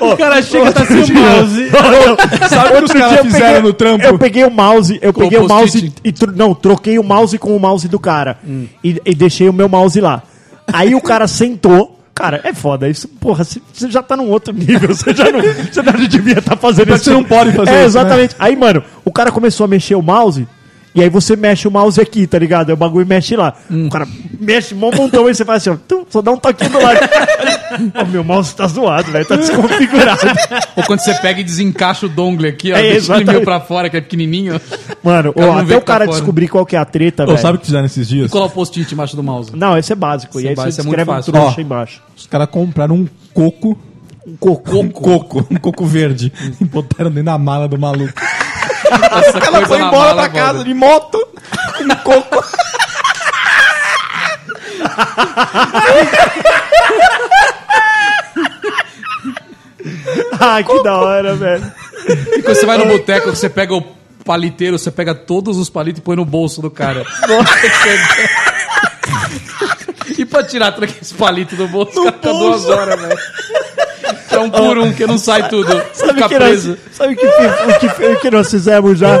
Speaker 6: O cara chega e
Speaker 5: assim
Speaker 6: tá sem
Speaker 3: <laughs>
Speaker 6: o mouse.
Speaker 3: Sabe o que os
Speaker 4: Outro
Speaker 3: caras
Speaker 4: dia eu
Speaker 3: fizeram
Speaker 4: peguei-
Speaker 3: no trampo?
Speaker 4: Eu peguei o mouse, eu
Speaker 5: Com
Speaker 4: peguei o mouse
Speaker 5: post-it.
Speaker 4: e tro- não, troquei o mouse com o mouse do cara
Speaker 3: Hum.
Speaker 4: e, e deixei o meu mouse lá. Aí o cara sentou. Cara, é foda isso. Porra, você você já tá num outro nível. Você já não, você não devia estar fazendo
Speaker 3: Mas
Speaker 4: isso.
Speaker 3: você não pode fazer
Speaker 4: É,
Speaker 3: isso, né?
Speaker 4: exatamente. Aí, mano, o cara começou a mexer o mouse. E aí você mexe o mouse aqui, tá ligado? Aí o bagulho mexe lá.
Speaker 3: Hum.
Speaker 4: O cara mexe mó montão aí você faz assim, ó, tum, só dá um toquinho do lado. <laughs> Ó, meu mouse tá zoado, velho. Tá desconfigurado.
Speaker 5: Ou quando você pega e desencaixa o dongle aqui, ó,
Speaker 4: É,
Speaker 5: deixa ele meio
Speaker 4: exatamente.
Speaker 5: pra fora, que é pequenininho,
Speaker 4: Mano,
Speaker 5: cara
Speaker 4: ó,
Speaker 5: não
Speaker 4: até
Speaker 5: vê que
Speaker 4: o
Speaker 5: tá
Speaker 4: cara
Speaker 5: fora.
Speaker 4: descobrir qual que é a treta,
Speaker 3: Ô,
Speaker 4: velho.
Speaker 3: sabe o que fizeram esses dias?
Speaker 5: colar o post-it embaixo do mouse.
Speaker 4: Não, esse é básico.
Speaker 5: Esse
Speaker 4: e
Speaker 5: é
Speaker 4: aí
Speaker 5: básico,
Speaker 4: você
Speaker 5: é muito
Speaker 4: escreve um
Speaker 5: fácil.
Speaker 4: trouxa
Speaker 3: Ó.
Speaker 4: embaixo.
Speaker 3: Os caras compraram um coco.
Speaker 4: Um coco.
Speaker 3: Um coco. Um coco verde. e botaram dentro da mala do maluco.
Speaker 5: Essa
Speaker 3: Ela foi embora pra casa de moto. Um coco.
Speaker 4: <laughs> Ai, que da hora, velho.
Speaker 5: E quando você vai no boteco, você pega o paliteiro, você pega todos os palitos e põe no bolso do cara. <laughs> e pra tirar tra- esse palito do bolso, cara, tá duas horas, velho. É um por um, que não sai tudo.
Speaker 4: <laughs> Sabe
Speaker 5: Fica
Speaker 4: que nós,
Speaker 5: preso.
Speaker 4: sabe que, o que, o que nós fizemos já?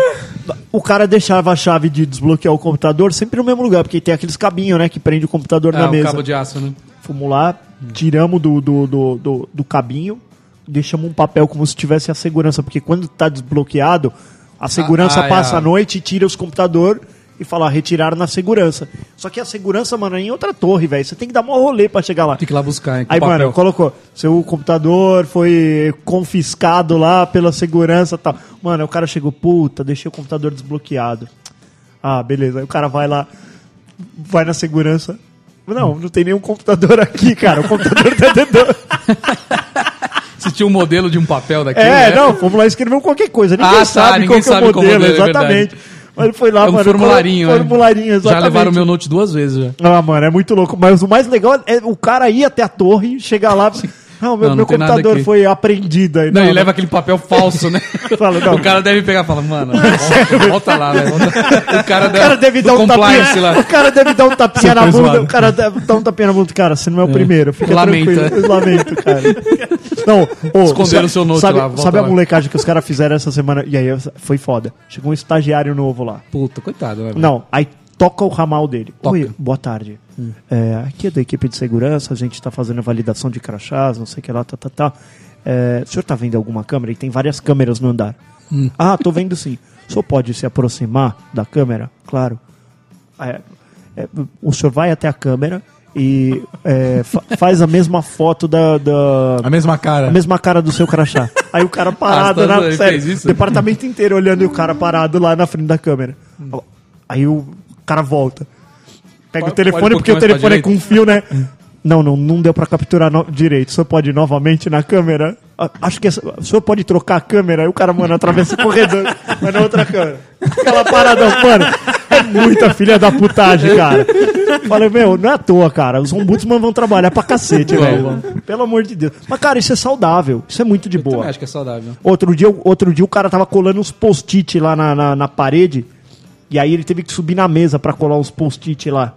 Speaker 4: O cara deixava a chave de desbloquear o computador sempre no mesmo lugar, porque tem aqueles cabinhos, né, que prende o computador
Speaker 5: Ah,
Speaker 4: na
Speaker 5: o
Speaker 4: mesa.
Speaker 5: cabo de aço, né?
Speaker 4: Fomos lá, tiramos do, do, do, do, do cabinho, deixamos um papel como se tivesse a segurança, porque quando tá desbloqueado, a segurança
Speaker 5: ah, é.
Speaker 4: passa a noite, tira os computadores e fala, retirar na segurança. Só que a segurança, mano, é em outra torre, velho. Você tem que dar mó rolê pra chegar lá.
Speaker 5: Tem que ir lá buscar, hein, com
Speaker 4: Aí,
Speaker 5: papel.
Speaker 4: mano, colocou, seu computador foi confiscado lá pela segurança e tal. Mano, o cara chegou, puta, deixei o computador desbloqueado. Ah, beleza. Aí o cara vai lá, vai na segurança. Não, não tem nenhum computador aqui, cara. O computador tá dentro. do-
Speaker 5: <laughs> Você tinha um modelo de um papel daquele,
Speaker 4: É,
Speaker 5: né?
Speaker 4: não, fomos lá escrevemos qualquer coisa. Ninguém
Speaker 5: Ah, tá,
Speaker 4: sabe
Speaker 5: ninguém
Speaker 4: qual que é o
Speaker 5: sabe qual
Speaker 4: modelo,
Speaker 5: modelo, é
Speaker 4: exatamente. Mas ele foi lá,
Speaker 5: É um
Speaker 4: mano.
Speaker 5: formularinho,
Speaker 4: colo-
Speaker 5: né?
Speaker 4: Formularinho,
Speaker 5: Já
Speaker 4: exatamente.
Speaker 5: levaram meu note duas vezes, já.
Speaker 4: Ah, mano, é muito louco. Mas o mais legal é o cara ir até a torre, chegar
Speaker 5: <laughs>
Speaker 4: lá. Não, meu,
Speaker 5: Não, não
Speaker 4: meu
Speaker 5: tem nada
Speaker 4: computador
Speaker 5: aqui."
Speaker 4: foi apreendido aí.
Speaker 5: Não, ele leva aquele papel falso, né?
Speaker 4: né? <laughs> Fala, não.
Speaker 5: o cara deve pegar e fala,
Speaker 4: <laughs>
Speaker 5: mano, volta, volta lá, velho. volta. O cara,
Speaker 4: O cara deve dar um
Speaker 5: compliance
Speaker 4: tapinha. <laughs>
Speaker 5: lá.
Speaker 4: O cara deve dar um tapinha na
Speaker 3: foi
Speaker 4: bunda.
Speaker 3: zoado.
Speaker 4: O cara deve dar um tapinha na bunda. Cara, você não é o primeiro. Fica
Speaker 5: Lamenta.
Speaker 4: tranquilo. Eu lamento,
Speaker 5: <laughs>
Speaker 4: cara. Não, ô,
Speaker 5: Esconderam
Speaker 4: sa-
Speaker 5: seu note
Speaker 4: sabe,
Speaker 5: lá, volta
Speaker 4: Sabe a
Speaker 5: lá.
Speaker 4: molecagem que os caras fizeram essa semana? E aí eu- foi foda. Chegou um estagiário novo lá.
Speaker 5: Puta, coitado, né, velho.
Speaker 4: Não, aí toca o ramal dele.
Speaker 5: Toca.
Speaker 4: Oi, boa tarde. É, aqui é da equipe de segurança, a gente está fazendo a validação de crachás, não sei o que lá, tá, tá, tá. É, o senhor está vendo alguma câmera? E tem várias câmeras no andar. Ah, tô vendo sim. O senhor pode se aproximar da câmera? Claro. É, é, o senhor vai até a câmera e é, fa- faz a mesma foto da- da,
Speaker 3: A mesma cara.
Speaker 4: a mesma cara do seu crachá. Aí o cara parado
Speaker 5: <laughs> Ah,
Speaker 4: na
Speaker 5: tá, ele
Speaker 4: sério,
Speaker 5: fez isso?
Speaker 4: departamento inteiro olhando e o cara parado lá na frente da câmera. Aí o cara volta. Pega
Speaker 5: Pode-
Speaker 4: o telefone,
Speaker 5: pode um
Speaker 4: porque o
Speaker 5: pouquinho mais pra
Speaker 4: telefone é com fio,
Speaker 5: <laughs>
Speaker 4: né? Não, não, não deu pra capturar no- direito. O senhor pode ir novamente na câmera? Ah, Acho que essa, o senhor pode trocar a câmera. Aí o cara, mano, atravessa o
Speaker 5: <laughs>
Speaker 4: corredor, vai na outra câmera. Aquela parada, mano. É muita filha da putagem, cara. Falei, meu, não é à toa, cara. Os ombudsman vão trabalhar pra cacete, velho. Pelo amor de Deus. Mas, cara, isso é saudável. Isso é muito de boa.
Speaker 5: Também acho que é saudável.
Speaker 4: Outro dia, outro dia o cara tava colando uns post-it lá na, na, na parede. E aí ele teve que subir na mesa pra colar uns post-it lá.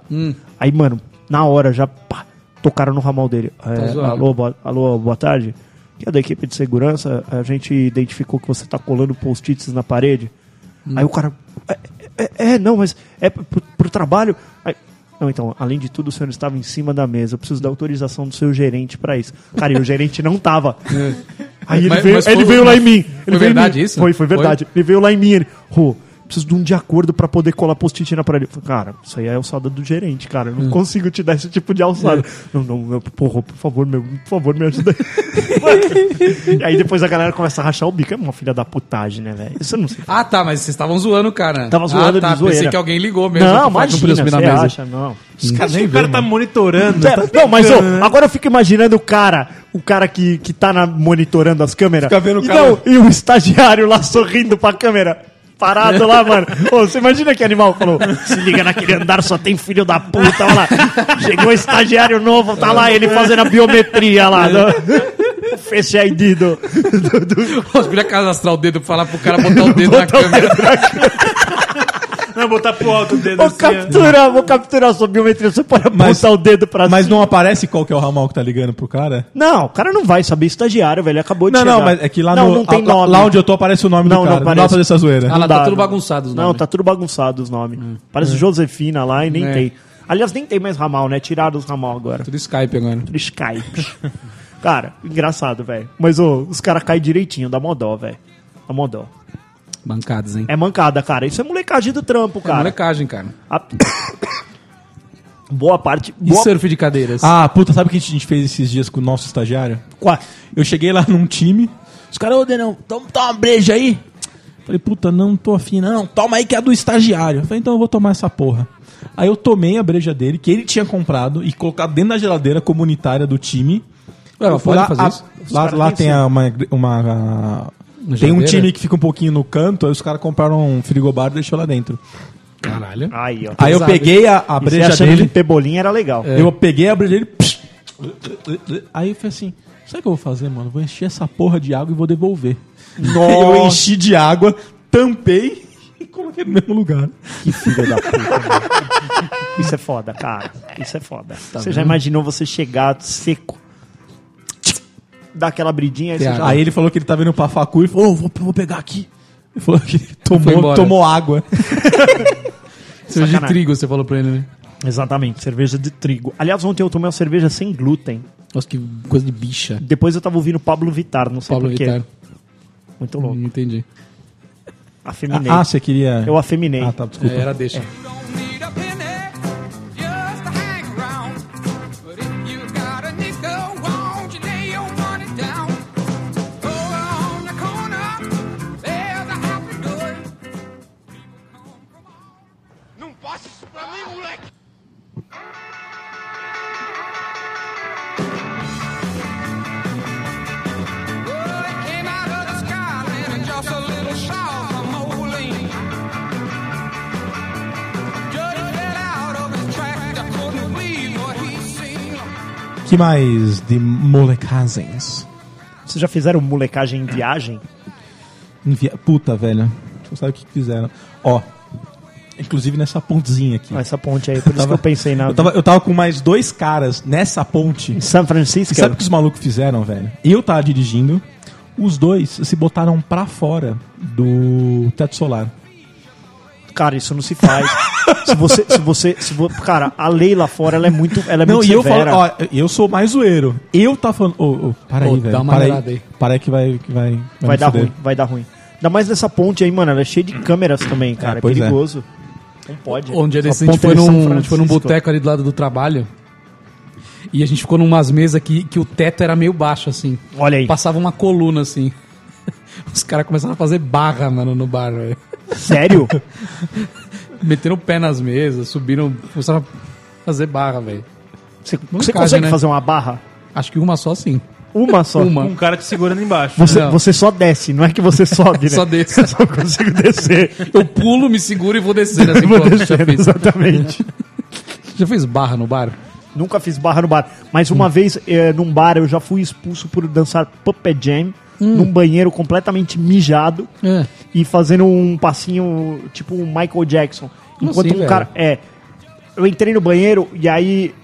Speaker 4: Aí, mano, na hora já pá, tocaram no ramal dele. É,
Speaker 5: zoado.
Speaker 4: alô, boa, alô, boa tarde. Que é da equipe de segurança. A gente identificou que você tá colando post-its na parede. Aí o cara. É, é- é, não, mas é pro, pro trabalho. Aí, não, então, além de tudo, o senhor estava em cima da mesa. Eu preciso da autorização do seu gerente pra isso. Cara, e o gerente não tava. Aí ele
Speaker 5: Mas-
Speaker 4: veio,
Speaker 5: mas
Speaker 4: ele
Speaker 5: foi-
Speaker 4: veio lá em mim. Ele veio em
Speaker 5: verdade
Speaker 4: mim.
Speaker 5: isso?
Speaker 4: Foi, foi verdade. Ele veio lá em mim. Ele, Rô, preciso de um de acordo pra poder colar post-it na parede. Eu falei, cara, isso aí é alçada do gerente, cara. Eu não
Speaker 5: Hum.
Speaker 4: consigo te dar esse tipo de
Speaker 5: É.
Speaker 4: alçada. Não, não, eu, pô, Rô, por favor, meu, por favor, me ajuda aí. <laughs> e aí depois a galera começa a rachar o bico. É uma filha da putagem, né, velho? Isso eu não sei.
Speaker 5: Ah, tá, mas vocês estavam zoando o cara.
Speaker 4: Tava zoando,
Speaker 5: ah, tá,
Speaker 4: de zoeira.
Speaker 5: pensei que alguém ligou mesmo.
Speaker 4: Não,
Speaker 5: pra falar que
Speaker 4: imagina,
Speaker 5: podia subir
Speaker 4: você
Speaker 5: <laughs>
Speaker 4: acha, não.
Speaker 6: Os caras nem o cara tá monitorando.
Speaker 4: Pera, É, não, mas ô,
Speaker 3: né?
Speaker 4: agora eu fico imaginando o cara, o cara que, que tá na- monitorando as câmeras.
Speaker 3: Fica vendo o
Speaker 4: e,
Speaker 3: cara.
Speaker 4: não, e o estagiário lá sorrindo pra câmera. Parado lá, mano. Ô, você imagina que animal falou: se liga naquele andar, só tem filho da puta, olha lá. Chegou um estagiário novo, tá lá ele fazendo a biometria lá. né? No... Face ID do, do, do-
Speaker 5: Os podia cadastrar o dedo pra falar pro
Speaker 4: <laughs>
Speaker 5: cara botar o dedo na câmera.
Speaker 6: Não, botar pro alto o dedo
Speaker 4: Vou
Speaker 6: assim. ó.
Speaker 4: capturar, vou capturar a sua biometria. Você pode apontar
Speaker 3: Mas-
Speaker 4: o dedo pra
Speaker 3: Mas
Speaker 4: cima.
Speaker 3: não aparece qual que é o ramal que tá ligando pro cara?
Speaker 4: Não, o cara não vai saber estagiário, velho. Acabou de
Speaker 3: Não,
Speaker 4: chegar.
Speaker 3: não, mas é que lá
Speaker 4: não,
Speaker 3: no.
Speaker 4: Não, tem
Speaker 3: a-
Speaker 4: nome.
Speaker 3: Lá onde eu tô aparece o nome do
Speaker 4: Não, não
Speaker 3: cara. Não, dá pra
Speaker 4: aparece.
Speaker 3: fazer essa zoeira.
Speaker 5: Ah, lá
Speaker 4: dá,
Speaker 5: tá tudo
Speaker 4: não.
Speaker 5: bagunçado os
Speaker 4: Não,
Speaker 5: nomes. Hum.
Speaker 4: tá tudo bagunçado os nomes. Parece Josefina lá e nem
Speaker 5: É.
Speaker 4: tem. Aliás, nem tem mais ramal, né? Tiraram os ramal agora.
Speaker 5: Tudo Skype agora.
Speaker 4: Tudo Skype.
Speaker 5: <laughs>
Speaker 4: cara, engraçado, velho. Mas ô, os caras caem direitinho, dá mó dó, velho. Dá mó dó.
Speaker 5: Bancadas, hein?
Speaker 4: É mancada, cara. Isso é molecagem do trampo,
Speaker 5: É
Speaker 4: cara.
Speaker 5: molecagem, cara.
Speaker 4: A- <coughs> boa parte.
Speaker 5: E
Speaker 4: Boa...
Speaker 5: surf de cadeiras?
Speaker 3: Ah, puta, sabe o que a gente fez esses dias com o nosso estagiário?
Speaker 4: Qua-
Speaker 3: Eu cheguei lá num time. Os caras, ô Denão, toma, toma uma breja aí. Falei, puta, não tô afim, não. Toma aí que é do estagiário. Eu Falei, então eu vou tomar essa porra. Aí eu tomei a breja dele, que ele tinha comprado, e colocado dentro da geladeira comunitária do time.
Speaker 5: Ué, mas pode
Speaker 3: lá,
Speaker 5: fazer
Speaker 3: a-
Speaker 5: isso?
Speaker 3: Lá,
Speaker 4: caras
Speaker 3: lá
Speaker 4: têm
Speaker 3: tem
Speaker 4: sim.
Speaker 3: a- uma. uma a- tem um
Speaker 5: geladeira?
Speaker 3: time que fica um pouquinho no canto, aí os caras compraram um frigobar e deixou lá dentro.
Speaker 5: Caralho.
Speaker 4: Aí, ó.
Speaker 3: Aí eu
Speaker 5: Pesado.
Speaker 3: peguei a, a
Speaker 4: E você
Speaker 3: breja
Speaker 4: achando
Speaker 3: dele.
Speaker 4: que pebolinha era legal.
Speaker 3: Eu peguei, abri ele. psh, Aí eu falei assim: sabe o que eu vou fazer, mano? Vou encher essa porra de água e vou devolver. Eu enchi de água, tampei e coloquei no mesmo lugar.
Speaker 4: Que filho da puta. velho. Isso é foda, cara. Isso é foda.
Speaker 3: Tá
Speaker 4: você já imaginou você chegar seco, dar aquela abridinha e você
Speaker 5: Tem
Speaker 4: já...
Speaker 5: água.
Speaker 3: Aí ele falou que ele tava indo pra facu e falou: "Ô, vou, vou pegar aqui. Ele falou que ele
Speaker 5: Foi
Speaker 3: tomou,
Speaker 5: embora.
Speaker 3: tomou água.
Speaker 5: Cerveja de
Speaker 4: sacanagem.
Speaker 5: trigo, você falou pra ele, né?
Speaker 4: Exatamente, cerveja de trigo. Aliás, ontem eu tomei uma cerveja sem glúten.
Speaker 5: Nossa, que coisa de bicha.
Speaker 4: Depois eu tava ouvindo Pablo Vittar, não sei
Speaker 5: Pablo
Speaker 4: porquê.
Speaker 5: Vittar.
Speaker 4: Muito
Speaker 5: Não
Speaker 4: louco.
Speaker 5: entendi.
Speaker 4: Afeminei.
Speaker 3: Hum. Ah, você queria.
Speaker 4: eu afeminei.
Speaker 3: Ah, tá, desculpa.
Speaker 5: É, era deixa.
Speaker 2: Don't need a penny, just to hang around. But if you got a nickel, won't you lay your money down? Over on the corner, there's a happy door. Não passa isso pra mim, moleque! Well, it came out of the sky, landed just a little south from Moline. Juddy fell out of his tractor, couldn't believe what he seen.
Speaker 3: Que mais de molecazens?
Speaker 4: Vocês já fizeram molecagem em viagem?
Speaker 3: Envia- Puta, velho. Não sabe o que que fizeram. Ó, inclusive nessa pontezinha aqui.
Speaker 4: Ah, Essa ponte aí, por isso que eu pensei na...
Speaker 3: Eu tava, eu tava com mais dois caras nessa ponte.
Speaker 4: Em São Francisco?
Speaker 3: E sabe o que os malucos fizeram, velho? Eu tava dirigindo, os dois se botaram pra fora do teto solar.
Speaker 4: Cara, isso é- não se faz. Se você, se você, se vo- cara, a lei lá fora ela é muito, ela é
Speaker 3: Não,
Speaker 4: muito
Speaker 3: e eu falo,
Speaker 4: severa.
Speaker 3: ó, eu sou mais zoeiro. Eu tá falando. Ô, ô, para
Speaker 5: Ô,
Speaker 3: aí,
Speaker 5: dá
Speaker 3: velho.
Speaker 5: uma
Speaker 3: Para aí,
Speaker 5: melhorada aí.
Speaker 3: para aí que vai. Que vai vai
Speaker 4: vai
Speaker 3: me
Speaker 4: dar
Speaker 3: fuder.
Speaker 4: ruim, vai dar ruim. Ainda mais nessa ponte aí, mano, ela é cheia de câmeras também, cara, é
Speaker 3: pois é.
Speaker 4: perigoso. Não pode.
Speaker 5: Onde é
Speaker 4: Essa
Speaker 5: desse, a gente
Speaker 4: ponte
Speaker 5: foi
Speaker 4: é São
Speaker 5: num, a gente foi num
Speaker 4: Francisco.
Speaker 5: boteco ali do lado do trabalho. E a gente ficou numas mesas que, que o teto era meio baixo, assim.
Speaker 4: Olha aí,
Speaker 5: Passava uma coluna, assim. <laughs> Os caras começaram a fazer barra, mano, no bar, velho. <laughs>
Speaker 4: sério?
Speaker 5: Meteram o pé nas mesas, subiram, começaram a fazer barra, velho.
Speaker 4: Você, você
Speaker 5: Molecagem,
Speaker 4: consegue
Speaker 5: né?
Speaker 4: fazer uma barra?
Speaker 5: Acho que uma só, sim.
Speaker 4: Uma só.
Speaker 5: Uma.
Speaker 6: Um cara te segurando embaixo.
Speaker 4: Você,
Speaker 5: Não.
Speaker 4: você só desce, não é que você
Speaker 5: <laughs>
Speaker 4: sobe, né?
Speaker 5: Só desço.
Speaker 4: Só consigo descer.
Speaker 5: Eu pulo, me seguro e vou descer. Assim,
Speaker 4: <laughs> Vou
Speaker 5: pô, já,
Speaker 4: descendo,
Speaker 5: fez,
Speaker 4: exatamente.
Speaker 5: já fez barra no bar?
Speaker 4: Nunca fiz barra no bar. Mas uma
Speaker 5: Hum.
Speaker 4: vez, eh, num bar, eu já fui expulso por dançar Puppet Jam num banheiro completamente mijado
Speaker 5: Hum. É.
Speaker 4: e fazendo um passinho tipo um Michael Jackson.
Speaker 5: Como
Speaker 4: Enquanto
Speaker 5: assim,
Speaker 4: um
Speaker 5: velho?
Speaker 4: cara. É. Eu entrei no banheiro e aí.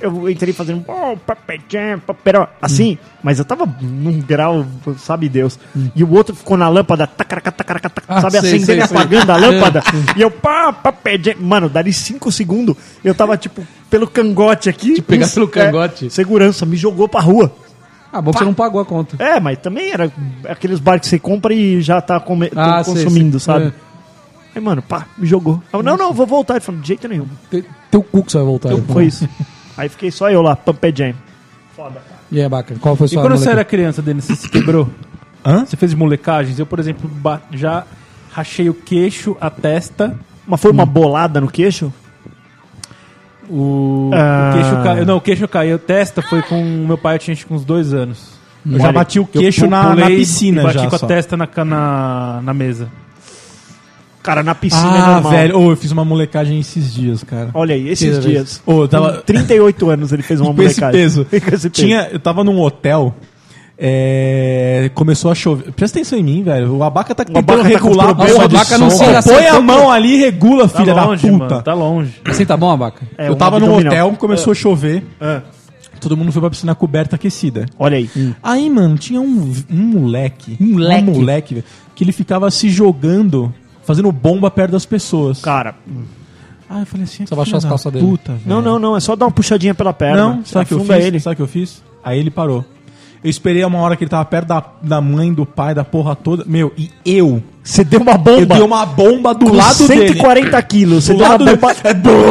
Speaker 4: Eu entrei fazendo. "Oh, Puppet Jam, Puppet Jam", assim, mas eu tava num grau, sabe Deus. E o outro ficou na lâmpada, tacaraca, tacaraca, tacaraca,
Speaker 5: Hum. Ah,
Speaker 4: sabe
Speaker 5: sei,
Speaker 4: acendendo e
Speaker 5: sei, Hum. sei.
Speaker 4: apagando a
Speaker 5: <laughs>
Speaker 4: lâmpada. e eu, pá, Puppet Jam. Mano, dali cinco segundos, eu tava tipo, pelo cangote aqui. Tipo,
Speaker 5: pegar pelo cangote.
Speaker 4: segurança, me jogou pra rua.
Speaker 5: Ah, bom que você não pagou a conta.
Speaker 4: É, mas também era aqueles bar que você compra e já tá come-
Speaker 5: Ah, sei,
Speaker 4: consumindo,
Speaker 5: sei.
Speaker 4: sabe?
Speaker 5: É.
Speaker 4: Aí, mano, pá, me jogou. Aí eu, não, não, vou voltar. Ele falou, de jeito nenhum.
Speaker 5: Te- Teu cu que você vai voltar. né?
Speaker 4: Então, foi isso. Aí fiquei só eu lá, Pumped Jam.
Speaker 5: E aí, Baca, qual foi a
Speaker 6: E
Speaker 5: sua
Speaker 6: quando você
Speaker 5: moleca?
Speaker 6: era criança, Denis, você se quebrou?
Speaker 3: <coughs> Hã?
Speaker 6: Você fez molecagens? Eu, por exemplo, ba- já rachei o queixo, a testa,
Speaker 4: Mas foi uma
Speaker 3: Hum.
Speaker 4: bolada no queixo?
Speaker 6: o,
Speaker 4: Ah.
Speaker 6: o queixo caiu. Não, o queixo caiu. Testa foi com meu pai, eu tinha acho que uns dois anos. Eu
Speaker 3: já bati o
Speaker 6: que eu
Speaker 3: queixo
Speaker 6: pu-
Speaker 3: na- na
Speaker 6: pulei
Speaker 3: piscina
Speaker 6: e bati
Speaker 3: já,
Speaker 6: com a
Speaker 3: só.
Speaker 6: testa na, ca- na, na mesa.
Speaker 4: Cara, na piscina é
Speaker 3: Ah,
Speaker 4: normal.
Speaker 3: velho. Ô, eu fiz uma molecagem esses dias, cara.
Speaker 4: Olha aí, esses
Speaker 5: Que
Speaker 4: dias.
Speaker 3: Ô, eu tava.
Speaker 4: Com 38 anos ele fez
Speaker 3: <laughs>
Speaker 4: uma
Speaker 3: com esse
Speaker 4: molecagem. <laughs>
Speaker 3: peso.
Speaker 4: Com esse peso.
Speaker 3: Tinha, eu tava num hotel. é, começou a chover. Presta atenção em mim, velho. O abaca tá tentando
Speaker 4: Abaca tá com
Speaker 3: regular
Speaker 4: problema
Speaker 5: de
Speaker 3: Põe
Speaker 5: som.
Speaker 4: tá
Speaker 5: Abaca
Speaker 3: a
Speaker 5: não-
Speaker 3: mão ali e regula,
Speaker 6: Tá
Speaker 3: filha
Speaker 6: longe,
Speaker 3: da puta.
Speaker 6: mano. Tá longe.
Speaker 5: Assim tá bom, Abaca?
Speaker 4: É,
Speaker 3: eu
Speaker 4: um É.
Speaker 3: tava num
Speaker 4: abdominal.
Speaker 3: hotel, começou a chover. Todo mundo foi pra piscina coberta aquecida.
Speaker 4: Olha aí.
Speaker 3: Aí, mano, tinha um, um moleque. Um
Speaker 5: moleque?
Speaker 3: moleque, velho, que ele ficava se jogando, fazendo bomba perto das pessoas.
Speaker 4: Cara,
Speaker 3: Ah, eu falei assim,
Speaker 5: Só baixou as
Speaker 3: filha da
Speaker 5: calças dele.
Speaker 3: Puta, velho.
Speaker 4: não, não, não. É só dar uma puxadinha pela perna.
Speaker 3: Não, sabe o que eu fiz?
Speaker 4: Afunda ele.
Speaker 3: Sabe o que eu fiz? Aí ele parou. Eu esperei uma hora que ele tava perto da, da mãe, do pai, da porra toda. Meu, e eu?
Speaker 4: Você deu uma bomba.
Speaker 3: Eu dei uma bomba do
Speaker 4: Com
Speaker 3: lado dele.
Speaker 4: 140 quilos. Você
Speaker 3: Do
Speaker 4: deu uma
Speaker 3: lado dele.
Speaker 4: bomba.
Speaker 3: É bom.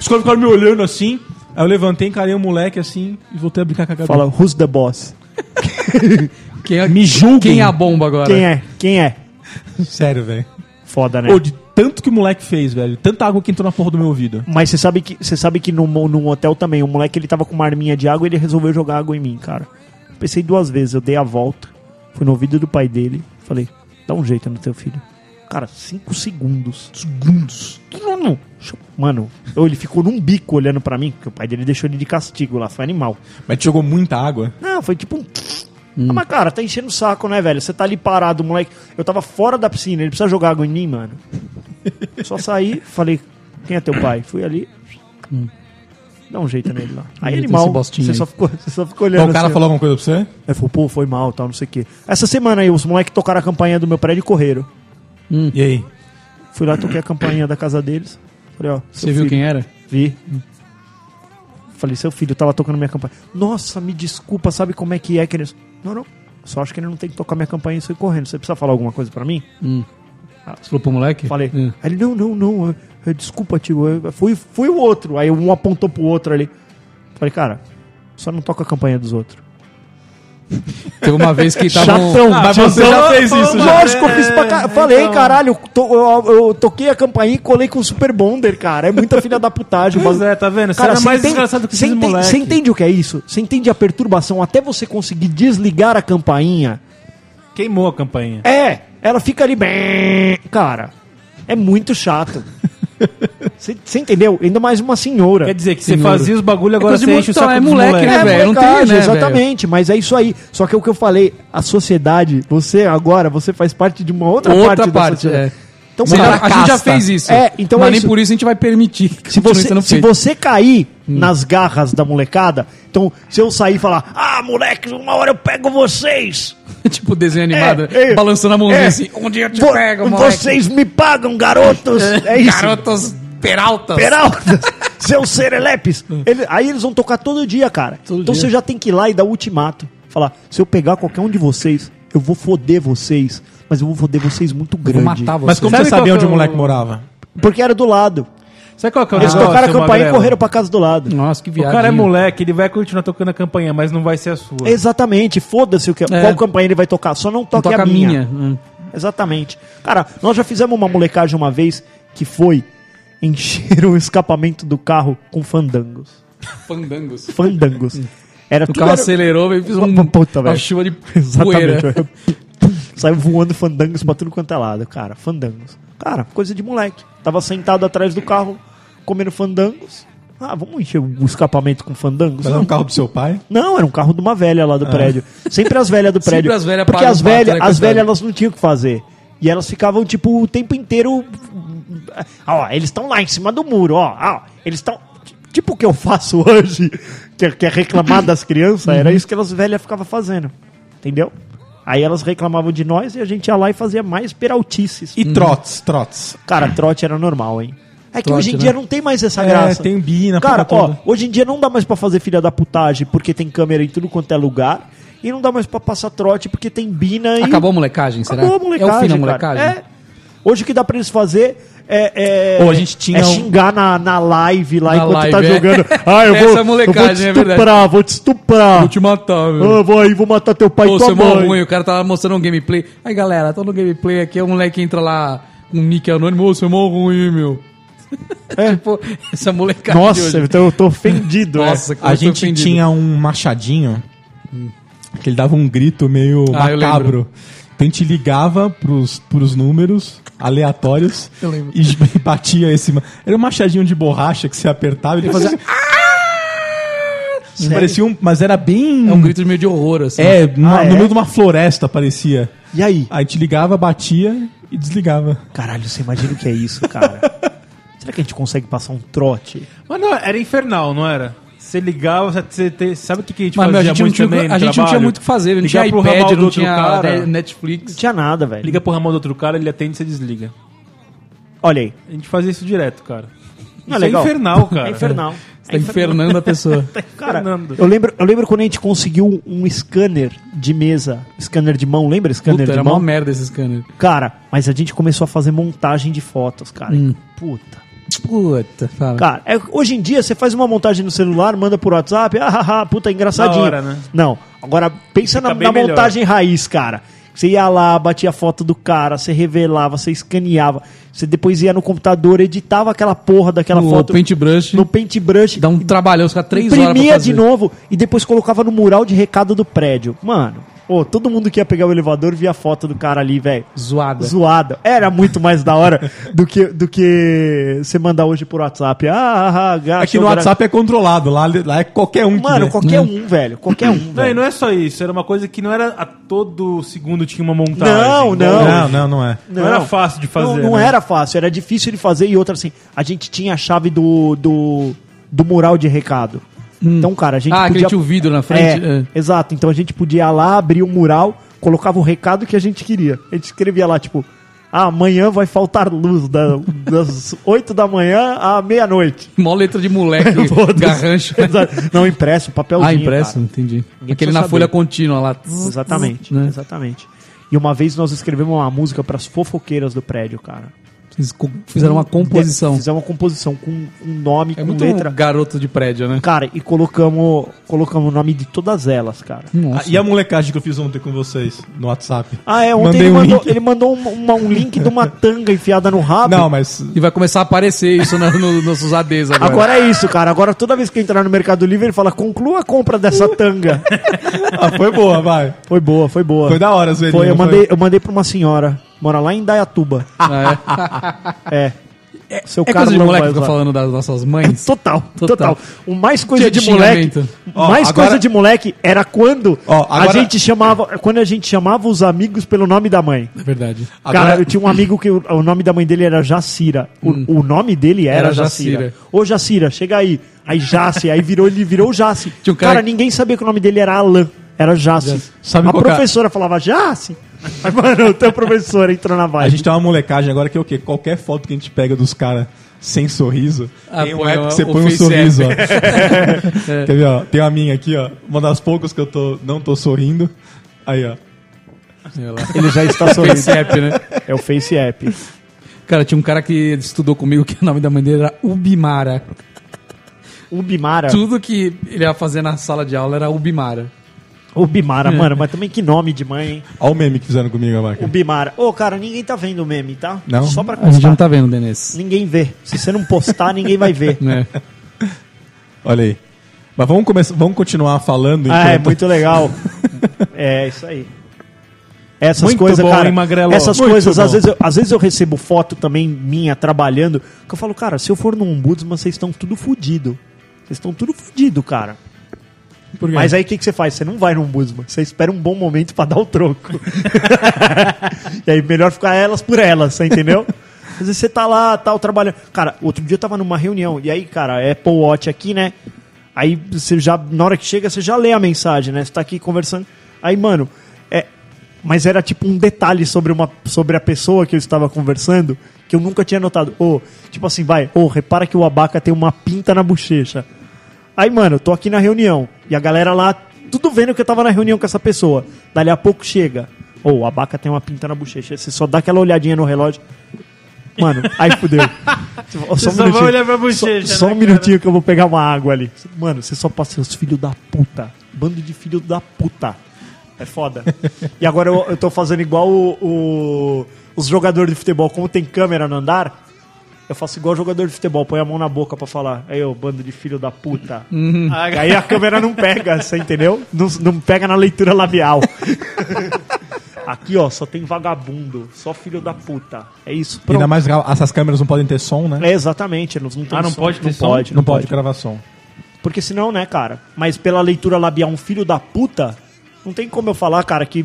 Speaker 3: Os caras ficaram me olhando assim. Aí eu levantei, encarei o moleque assim e voltei a brincar com a Gabi.
Speaker 4: Fala, who's the boss?
Speaker 5: Quem é,
Speaker 3: Me julguem.
Speaker 5: Quem é a bomba agora?
Speaker 4: Quem é? Quem é?
Speaker 3: Sério, velho.
Speaker 4: Foda, né?
Speaker 3: Ô, de tanto que o moleque fez, velho. Tanta água que entrou na porra do meu ouvido.
Speaker 4: Mas você sabe que você sabe que num, num hotel também, o moleque ele tava com uma arminha de água e ele resolveu jogar água em mim, cara. Eu pensei duas vezes, eu dei a volta, fui no ouvido do pai dele, falei, dá um jeito no teu filho. Cara, cinco segundos. Segundos. Mano, eu- ele ficou num bico olhando pra mim, porque o pai dele deixou ele de castigo lá, foi animal.
Speaker 3: Mas te jogou muita água.
Speaker 4: Não, foi tipo um.
Speaker 5: Hum.
Speaker 4: Ah, mas cara, tá enchendo o saco, né, velho? Você tá ali parado, moleque. Eu tava fora da piscina, ele precisa jogar água em mim,
Speaker 5: <laughs>
Speaker 4: mano. Só saí, falei, quem é teu pai? Fui ali. Dá um jeito nele lá. Aí
Speaker 5: Eita,
Speaker 4: ele mal.
Speaker 5: Hum. esse bostinho
Speaker 4: Você
Speaker 5: aí.
Speaker 4: só ficou, <laughs> você só ficou olhando.
Speaker 3: Então, o cara
Speaker 4: assim,
Speaker 3: falou alguma coisa pra você?
Speaker 4: ó. Aí falou, pô, foi mal, tal, não sei o quê. Essa semana aí, os moleques tocaram a campainha do meu prédio e correram.
Speaker 3: E aí?
Speaker 4: Fui lá, toquei a campainha da casa deles. Falei, ó.
Speaker 5: Você viu quem era?
Speaker 4: Vi. Falei, seu filho tava tocando minha campanha. Nossa, me desculpa, sabe como é que é que eles. Não, não. Só acho que ele não tem que tocar minha campanha e sair correndo. Você precisa falar alguma coisa pra mim?
Speaker 5: Você falou pro moleque?
Speaker 4: Falei.
Speaker 5: É.
Speaker 4: Aí ele, não, não, não. eu- eu- desculpa, tio. eu- eu- Foi, foi o outro. Aí um apontou pro outro ali. Falei, cara, só não toca a campanha dos outros.
Speaker 5: Teve uma
Speaker 4: <laughs>
Speaker 5: vez que tava. um- Ah,
Speaker 4: Chatão,
Speaker 3: mas
Speaker 4: tiozão.
Speaker 3: você já fez isso, já.
Speaker 4: Lógico, eu fiz pra
Speaker 6: É,
Speaker 4: ca... Falei,
Speaker 6: então.
Speaker 4: caralho, eu to- eu, eu toquei a campainha e colei com o Super Bonder, cara. É muita filha da putagem. o
Speaker 6: Pois
Speaker 4: bagulho.
Speaker 6: é, tá vendo? Você era
Speaker 4: cê
Speaker 6: mais
Speaker 4: entende-
Speaker 6: desgraçado que
Speaker 4: cê
Speaker 6: esses
Speaker 4: entende-
Speaker 6: moleque.
Speaker 4: Você entende o que é isso? Você entende a perturbação até você conseguir desligar a campainha?
Speaker 6: Queimou a campainha.
Speaker 4: É, ela fica ali bem. Cara, é muito
Speaker 5: <laughs>
Speaker 4: chato. Você entendeu? Ainda mais uma senhora.
Speaker 6: Quer dizer que você
Speaker 5: Senhor.
Speaker 6: fazia os bagulho, agora
Speaker 5: É coisa de
Speaker 6: você enche o
Speaker 5: moleque,
Speaker 3: então,
Speaker 6: saco
Speaker 5: é
Speaker 6: dos
Speaker 5: moleque,
Speaker 6: moleque,
Speaker 5: né?
Speaker 4: É,
Speaker 5: velho? Não tem,
Speaker 4: molecagem,
Speaker 5: né,
Speaker 4: exatamente, mas é isso aí. Só que é o que eu falei, a sociedade, você agora, você faz parte de uma outra,
Speaker 5: Outra
Speaker 4: parte, da
Speaker 5: parte,
Speaker 4: sociedade.
Speaker 5: é.
Speaker 4: Então,
Speaker 5: Você
Speaker 4: cara,
Speaker 5: já- a gente já
Speaker 4: casta.
Speaker 5: fez isso.
Speaker 4: É, então
Speaker 5: mas
Speaker 4: é
Speaker 5: nem
Speaker 4: isso.
Speaker 5: por isso a gente vai permitir que
Speaker 4: Se
Speaker 5: continue
Speaker 4: você,
Speaker 5: sendo
Speaker 4: se
Speaker 5: feito.
Speaker 4: você cair nas garras da molecada, então se eu sair e falar, ah, moleques, uma hora eu pego vocês.
Speaker 5: <laughs> tipo desenho animado,
Speaker 4: É, é.
Speaker 5: balançando a mãozinha
Speaker 4: É.
Speaker 5: assim. Um dia eu te
Speaker 4: Vo-
Speaker 5: pego,
Speaker 4: <laughs>
Speaker 5: moleque.
Speaker 4: vocês me pagam, garotos. É isso.
Speaker 5: Garotos
Speaker 4: <laughs>
Speaker 5: Peralta.
Speaker 4: Peralta, seu Serelepes. Ele- aí eles vão tocar Hum. todo dia, cara. então você já tem que ir lá e dar o ultimato. Falar, se eu pegar qualquer um de vocês, eu vou foder vocês. Mas eu vou foder vocês muito grande.
Speaker 5: matar você.
Speaker 3: Mas como
Speaker 6: Sabe
Speaker 3: você
Speaker 6: qual
Speaker 3: sabia
Speaker 6: que
Speaker 3: onde
Speaker 6: é
Speaker 3: o
Speaker 6: o-
Speaker 3: moleque morava?
Speaker 4: Porque era do lado.
Speaker 6: Sabe qual que é o
Speaker 4: Eles tocaram a
Speaker 6: seu
Speaker 4: campainha e
Speaker 6: Magrelo?
Speaker 4: correram pra casa do lado.
Speaker 5: Nossa, que
Speaker 6: O
Speaker 5: viagem.
Speaker 6: cara é moleque, ele vai continuar tocando a campainha, mas não vai ser a sua.
Speaker 4: Exatamente, foda-se o que, é. qual campanha ele vai tocar, só não toque
Speaker 5: Toca
Speaker 4: a minha.
Speaker 5: minha.
Speaker 4: Exatamente. Cara, nós já fizemos uma molecagem uma vez que foi encher o escapamento do carro com fandangos.
Speaker 5: Fandangos.
Speaker 4: Fandangos. Era
Speaker 5: O
Speaker 4: tudo
Speaker 5: carro
Speaker 4: era-
Speaker 5: acelerou e fez um,
Speaker 4: Uma puta,
Speaker 5: uma
Speaker 4: velho.
Speaker 5: chuva de poeira.
Speaker 4: <laughs> Exatamente. Saiu voando fandangos pra tudo quanto é lado, cara. Fandangos. Cara, coisa de moleque. Tava sentado atrás do carro, comendo fandangos. Ah, vamos encher o escapamento com fandangos?
Speaker 3: Mas era um carro do seu pai?
Speaker 4: Não, era um carro de uma velha lá do prédio. Sempre as velhas do
Speaker 5: Ah. <laughs> Sempre
Speaker 4: prédio.
Speaker 5: as velhas
Speaker 4: Porque
Speaker 5: pagam
Speaker 4: as
Speaker 5: pato,
Speaker 4: velhas,
Speaker 5: né,
Speaker 4: as
Speaker 5: coitado.
Speaker 4: velhas elas não tinham o que fazer. E elas ficavam, tipo, o tempo inteiro. Ah, Ó, eles estão lá em cima do muro, ó. Ah, ó, eles estão. Tipo o que eu faço <laughs> hoje, que é, que é reclamar das crianças,
Speaker 5: Uhum.
Speaker 4: era isso que elas velhas ficavam fazendo. Entendeu? Aí elas reclamavam de nós e a gente ia lá e fazia mais peraltices.
Speaker 3: E trotes, trotes.
Speaker 4: Cara, trote era normal, hein? É que
Speaker 5: Trote,
Speaker 4: hoje em
Speaker 5: né?
Speaker 4: dia não tem mais essa graça.
Speaker 3: É, tem bina,
Speaker 4: Cara,
Speaker 3: porra
Speaker 4: ó,
Speaker 3: toda.
Speaker 4: hoje em dia não dá mais pra fazer filha da putagem porque tem câmera em tudo quanto é lugar. E não dá mais pra passar trote porque tem bina e.
Speaker 5: Acabou a molecagem, será?
Speaker 4: Acabou a molecagem.
Speaker 5: É o fim da
Speaker 4: cara.
Speaker 5: molecagem?
Speaker 4: É. Hoje o que dá pra eles fazer é. é
Speaker 3: Ou a gente tinha
Speaker 4: é
Speaker 3: um-
Speaker 4: xingar na, na live lá
Speaker 5: Na
Speaker 4: enquanto
Speaker 5: live,
Speaker 4: tá
Speaker 5: é. <laughs>
Speaker 4: jogando. Ah, eu
Speaker 5: Essa
Speaker 4: vou.
Speaker 5: é a molecagem,
Speaker 4: eu
Speaker 5: é
Speaker 4: vou te
Speaker 5: verdade.
Speaker 4: estuprar, vou te estuprar.
Speaker 5: Vou te matar, meu.
Speaker 4: Ah, vou aí, vou matar teu pai
Speaker 5: Pô,
Speaker 4: e
Speaker 5: seu
Speaker 4: tua
Speaker 5: mó
Speaker 4: mãe.
Speaker 5: ruim, o cara tava mostrando um gameplay. Aí, galera, tô no gameplay aqui, o moleque entra lá com um nick anônimo, ô, seu mó ruim, meu. <laughs> tipo, essa molecada de
Speaker 4: Nossa,
Speaker 5: hoje.
Speaker 4: então eu tô ofendido. é.
Speaker 5: Nossa, como
Speaker 3: A
Speaker 5: eu tô
Speaker 3: gente
Speaker 5: ofendido.
Speaker 3: tinha um machadinho que ele dava um grito meio
Speaker 5: Ah, eu
Speaker 3: macabro.
Speaker 5: lembro.
Speaker 3: Então a gente ligava pros, pros números aleatórios
Speaker 5: Eu lembro.
Speaker 3: e <laughs> e batia esse. ma- Era um machadinho de borracha que você apertava e ele fazia.
Speaker 4: Sério?
Speaker 3: Parecia um. Mas era bem.
Speaker 5: É um grito meio de horror, assim.
Speaker 3: É, uma-
Speaker 4: Ah, é?
Speaker 3: no meio de uma floresta parecia.
Speaker 4: E aí?
Speaker 3: Aí a gente ligava, batia e desligava.
Speaker 4: Caralho, você imagina o que é isso, <laughs> cara? Será que a gente consegue passar um trote?
Speaker 6: Mas não, era infernal, não era? Você ligava, você- você te- sabe o que, que tipo, a
Speaker 5: Mas,
Speaker 6: gente
Speaker 5: meu, a
Speaker 6: fazia
Speaker 5: gente, não
Speaker 6: muito
Speaker 5: tinha,
Speaker 6: também no
Speaker 5: a gente não tinha
Speaker 6: trabalho?
Speaker 5: muito o que fazer, não
Speaker 6: Ligar
Speaker 5: tinha
Speaker 6: pro ramal
Speaker 5: iPad,
Speaker 6: do
Speaker 5: não
Speaker 6: outro
Speaker 5: tinha
Speaker 6: cara.
Speaker 5: né,
Speaker 4: Não
Speaker 5: <laughs> Netflix.
Speaker 4: tinha nada, velho.
Speaker 6: Liga pro ramal do outro cara, ele atende e você desliga.
Speaker 4: Olha aí.
Speaker 6: A gente fazia isso direto, cara.
Speaker 4: Não,
Speaker 6: Isso
Speaker 4: legal.
Speaker 6: é infernal, cara.
Speaker 4: É infernal.
Speaker 5: Tá infernando a <laughs> pessoa.
Speaker 4: Cara,
Speaker 6: Fernando.
Speaker 4: eu lembro, eu lembro quando a gente conseguiu um scanner de mesa, scanner de mão, lembra scanner
Speaker 5: Puta,
Speaker 4: de
Speaker 5: era
Speaker 4: mão?
Speaker 5: uma merda esse scanner.
Speaker 4: Cara, mas a gente começou a fazer montagem de fotos, cara. Puta.
Speaker 5: Puta, fala.
Speaker 4: Cara, é- hoje em dia você faz uma montagem no celular, manda por WhatsApp, ah, ah, ah, puta, engraçadinho.
Speaker 6: Da hora, né?
Speaker 4: Não, agora pensa na,
Speaker 6: bem
Speaker 4: na
Speaker 6: melhor.
Speaker 4: montagem raiz, cara. Você ia lá, batia a foto do cara, você revelava, você escaneava, você depois ia no computador, editava aquela porra daquela
Speaker 5: No
Speaker 4: foto.
Speaker 5: Paintbrush.
Speaker 4: No paintbrush.
Speaker 5: Dá um trabalhão, os caras três horas pra
Speaker 4: imprimia
Speaker 5: fazer.
Speaker 4: de novo e depois colocava no mural de recado do prédio. Mano, ô, todo mundo que ia pegar o elevador via a foto do cara ali, velho.
Speaker 5: Zoada.
Speaker 4: Zoada. Era muito mais da hora do que do que você mandar hoje por WhatsApp. Ah, ah, ah gato,
Speaker 3: Aqui no
Speaker 4: gra-
Speaker 3: WhatsApp é controlado, lá, lá é qualquer um que
Speaker 4: Mano,
Speaker 3: vê.
Speaker 4: qualquer um, velho. Qualquer um.
Speaker 6: Não, e
Speaker 4: velho.
Speaker 6: não é só isso, era uma coisa que não era a todo segundo tinha uma montagem.
Speaker 4: Não, não.
Speaker 3: Não, não, não é.
Speaker 6: é não era fácil de fazer,
Speaker 4: Não, não
Speaker 6: né?
Speaker 4: era fácil, era difícil de fazer. E outra, assim, a gente tinha a chave do, do, do mural de recado. Então, cara, a gente
Speaker 5: Ah, aquele
Speaker 4: podia...
Speaker 5: tinha o vidro na frente.
Speaker 4: É,
Speaker 5: é.
Speaker 4: Exato. Então a gente podia ir lá, abrir o mural, colocava o recado que a gente queria. A gente escrevia lá, tipo, ah, amanhã vai faltar luz, da- <laughs> das 8 da manhã à meia-noite.
Speaker 5: Mó letra de
Speaker 4: <laughs>
Speaker 5: moleque,
Speaker 4: Foda-se.
Speaker 5: garrancho. né?
Speaker 4: Exato. Não, impresso, papelzinho.
Speaker 5: ah, impresso?
Speaker 4: cara.
Speaker 5: Entendi.
Speaker 4: Ninguém
Speaker 5: Aquele
Speaker 4: precisa
Speaker 5: na
Speaker 4: saber.
Speaker 5: folha contínua lá.
Speaker 4: Exatamente,
Speaker 5: Né?
Speaker 4: exatamente. E uma vez nós escrevemos uma música pras fofoqueiras do prédio, cara.
Speaker 5: Eles co- fizeram uma composição.
Speaker 4: Fizemos uma composição com um nome,
Speaker 5: É
Speaker 4: com
Speaker 5: muito
Speaker 4: letra.
Speaker 5: garoto de prédio, né?
Speaker 4: Cara, e colocamos, colocamos o nome de todas elas, cara.
Speaker 3: Ah, e a molecagem que eu fiz ontem com vocês no WhatsApp?
Speaker 4: Ah, é, ontem
Speaker 3: Mandei
Speaker 4: ele
Speaker 3: um
Speaker 4: mandou,
Speaker 3: link.
Speaker 4: ele mandou um, uma- um link de uma tanga enfiada no rabo.
Speaker 3: Ah, Não, mas
Speaker 5: E vai começar a aparecer isso na- no- nos nossos ADs agora.
Speaker 4: Agora é isso, cara. Agora toda vez que entrar no Mercado Livre, ele fala: conclua a compra dessa tanga.
Speaker 3: <laughs> ah, foi boa, vai.
Speaker 4: foi boa, foi boa.
Speaker 3: Foi da hora, Zuelino.
Speaker 4: Foi, eu mandei, eu mandei pra uma senhora. Mora lá em Dayatuba.
Speaker 5: Ah,
Speaker 4: É. Seu
Speaker 5: é coisa de
Speaker 4: Carlão
Speaker 5: moleque
Speaker 4: vai
Speaker 5: fica
Speaker 4: usar.
Speaker 5: falando das nossas mães.
Speaker 4: Total, total,
Speaker 5: Total.
Speaker 4: O mais coisa
Speaker 5: Dia
Speaker 4: de
Speaker 5: de
Speaker 4: moleque,
Speaker 5: xingamento.
Speaker 4: o mais
Speaker 3: Ó, agora-
Speaker 4: coisa de moleque era quando
Speaker 3: Ó,
Speaker 4: a
Speaker 3: agora-
Speaker 4: gente chamava, quando a gente chamava os amigos pelo nome da mãe. <laughs>
Speaker 5: É verdade.
Speaker 3: Agora-
Speaker 4: Cara, eu tinha um amigo que o, o nome da mãe dele era Jacira. O, o nome dele era,
Speaker 5: Era
Speaker 4: Jacira.
Speaker 5: Jacira.
Speaker 4: Ô Jacira, chega aí. Aí Jace, aí virou ele virou Jace.
Speaker 5: Tinha um
Speaker 4: cara...
Speaker 5: cara-
Speaker 4: ninguém sabia que o nome dele era Alan, era Jace.
Speaker 5: Jace. Sabe
Speaker 4: a
Speaker 5: qual que é-
Speaker 4: professora falava Jace. Mas, mano, o teu professor entrou na vibe.
Speaker 3: A gente tá- tem uma molecagem agora que é o quê? Qualquer foto que a gente pega dos caras sem sorriso,
Speaker 5: Ah,
Speaker 3: tem um
Speaker 5: põe
Speaker 3: app
Speaker 5: o-
Speaker 3: que você
Speaker 5: o
Speaker 3: põe um
Speaker 4: é.
Speaker 5: Face
Speaker 3: sorriso, ó. Quer
Speaker 4: <laughs>
Speaker 3: ver, ó? <laughs> Tem a minha aqui, ó. Uma das poucas que eu tô, não tô sorrindo. Aí, ó.
Speaker 4: Ele já <laughs> está sorrindo.
Speaker 5: Percep, né?
Speaker 4: é o Face App.
Speaker 5: Cara, tinha um cara que estudou comigo que o nome da mãe dele era Ubimara.
Speaker 4: O Bimara.
Speaker 5: Tudo que ele ia fazer na sala de aula era Ubimara.
Speaker 4: O Bimara, mano, mas também que nome de mãe, hein?
Speaker 3: Ó o meme que fizeram comigo, a
Speaker 4: O
Speaker 3: vaca.
Speaker 4: Bimara. Ô, cara, ninguém tá vendo o meme, tá?
Speaker 3: Não.
Speaker 4: Só pra
Speaker 5: A gente não
Speaker 4: constar.
Speaker 5: tá vendo, Denis.
Speaker 4: Ninguém vê. Se você não postar, ninguém vai
Speaker 5: <laughs>
Speaker 4: ver.
Speaker 5: Né?
Speaker 3: Olha aí. Mas vamos, começar, vamos continuar falando
Speaker 4: Ah, é
Speaker 3: enquanto-
Speaker 4: muito
Speaker 6: <laughs>
Speaker 4: legal. É, isso aí. Essas
Speaker 6: Muito
Speaker 4: coisas,
Speaker 6: bom,
Speaker 4: cara.
Speaker 6: hein, Magrelo?
Speaker 4: Essas
Speaker 6: Muito
Speaker 4: coisas, às
Speaker 6: bom.
Speaker 4: vezes, eu, às vezes eu recebo foto também minha trabalhando, que eu falo, cara, se eu for no Ombudsman, vocês estão tudo fudido. Vocês estão tudo fudido, cara.
Speaker 3: Por quê?
Speaker 4: Mas aí o que, que você faz? Você não vai no Ombudsman, você espera um bom momento pra dar o troco. <laughs> e aí melhor ficar elas por elas, você entendeu? Às vezes você tá lá, tal, trabalhando. Cara, outro dia eu tava numa reunião, e aí, cara, Apple Watch aqui, né? Aí você já, na hora que chega, você já lê a mensagem, né? Você tá aqui conversando. Aí, mano, é. Mas era tipo um detalhe sobre, uma, sobre a pessoa que eu estava conversando que eu nunca tinha notado. Ô, tipo assim, vai, ô, repara que o abaca tem uma pinta na bochecha. Aí, mano, eu tô aqui na reunião. E a galera lá, tudo vendo que eu tava na reunião com essa pessoa. Dali a pouco chega. Ô, a Baca tem uma pinta na bochecha. Você só dá aquela olhadinha no relógio. Mano, aí fudeu.
Speaker 6: <laughs>
Speaker 4: Tipo, ó,
Speaker 6: Você só vai
Speaker 4: minutinho.
Speaker 6: olhar pra bochecha,
Speaker 4: Só, só
Speaker 6: né,
Speaker 4: um minutinho que eu vou pegar uma água ali. Mano, você só passa os filhos da puta. Bando de filho da puta. É
Speaker 6: <laughs>
Speaker 4: foda. e agora eu, eu tô fazendo igual o- o- os jogadores de futebol. Como tem câmera no andar, eu faço igual jogador de futebol, põe a mão na boca pra falar. Aí, ô, bando de filho da puta.
Speaker 6: Uhum. Ah,
Speaker 4: E aí a câmera não pega, você entendeu? Não, não pega na leitura labial. Aqui, ó, só tem vagabundo, só filho da puta. É isso,
Speaker 3: Ainda
Speaker 4: pronto.
Speaker 3: mais legal, essas câmeras não podem ter som, né?
Speaker 4: É, exatamente, eles não tem
Speaker 6: Ah, não
Speaker 4: som,
Speaker 6: pode ter
Speaker 4: não
Speaker 6: som?
Speaker 4: Pode,
Speaker 3: não pode gravar som.
Speaker 4: Porque senão, né, cara? Mas pela leitura labial, um filho da puta, não tem como eu falar, cara, que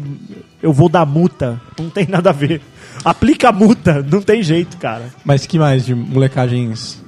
Speaker 4: eu vou dar multa. Não tem nada a ver. Aplica a multa, não tem jeito, cara.
Speaker 3: Mas que mais de molecagens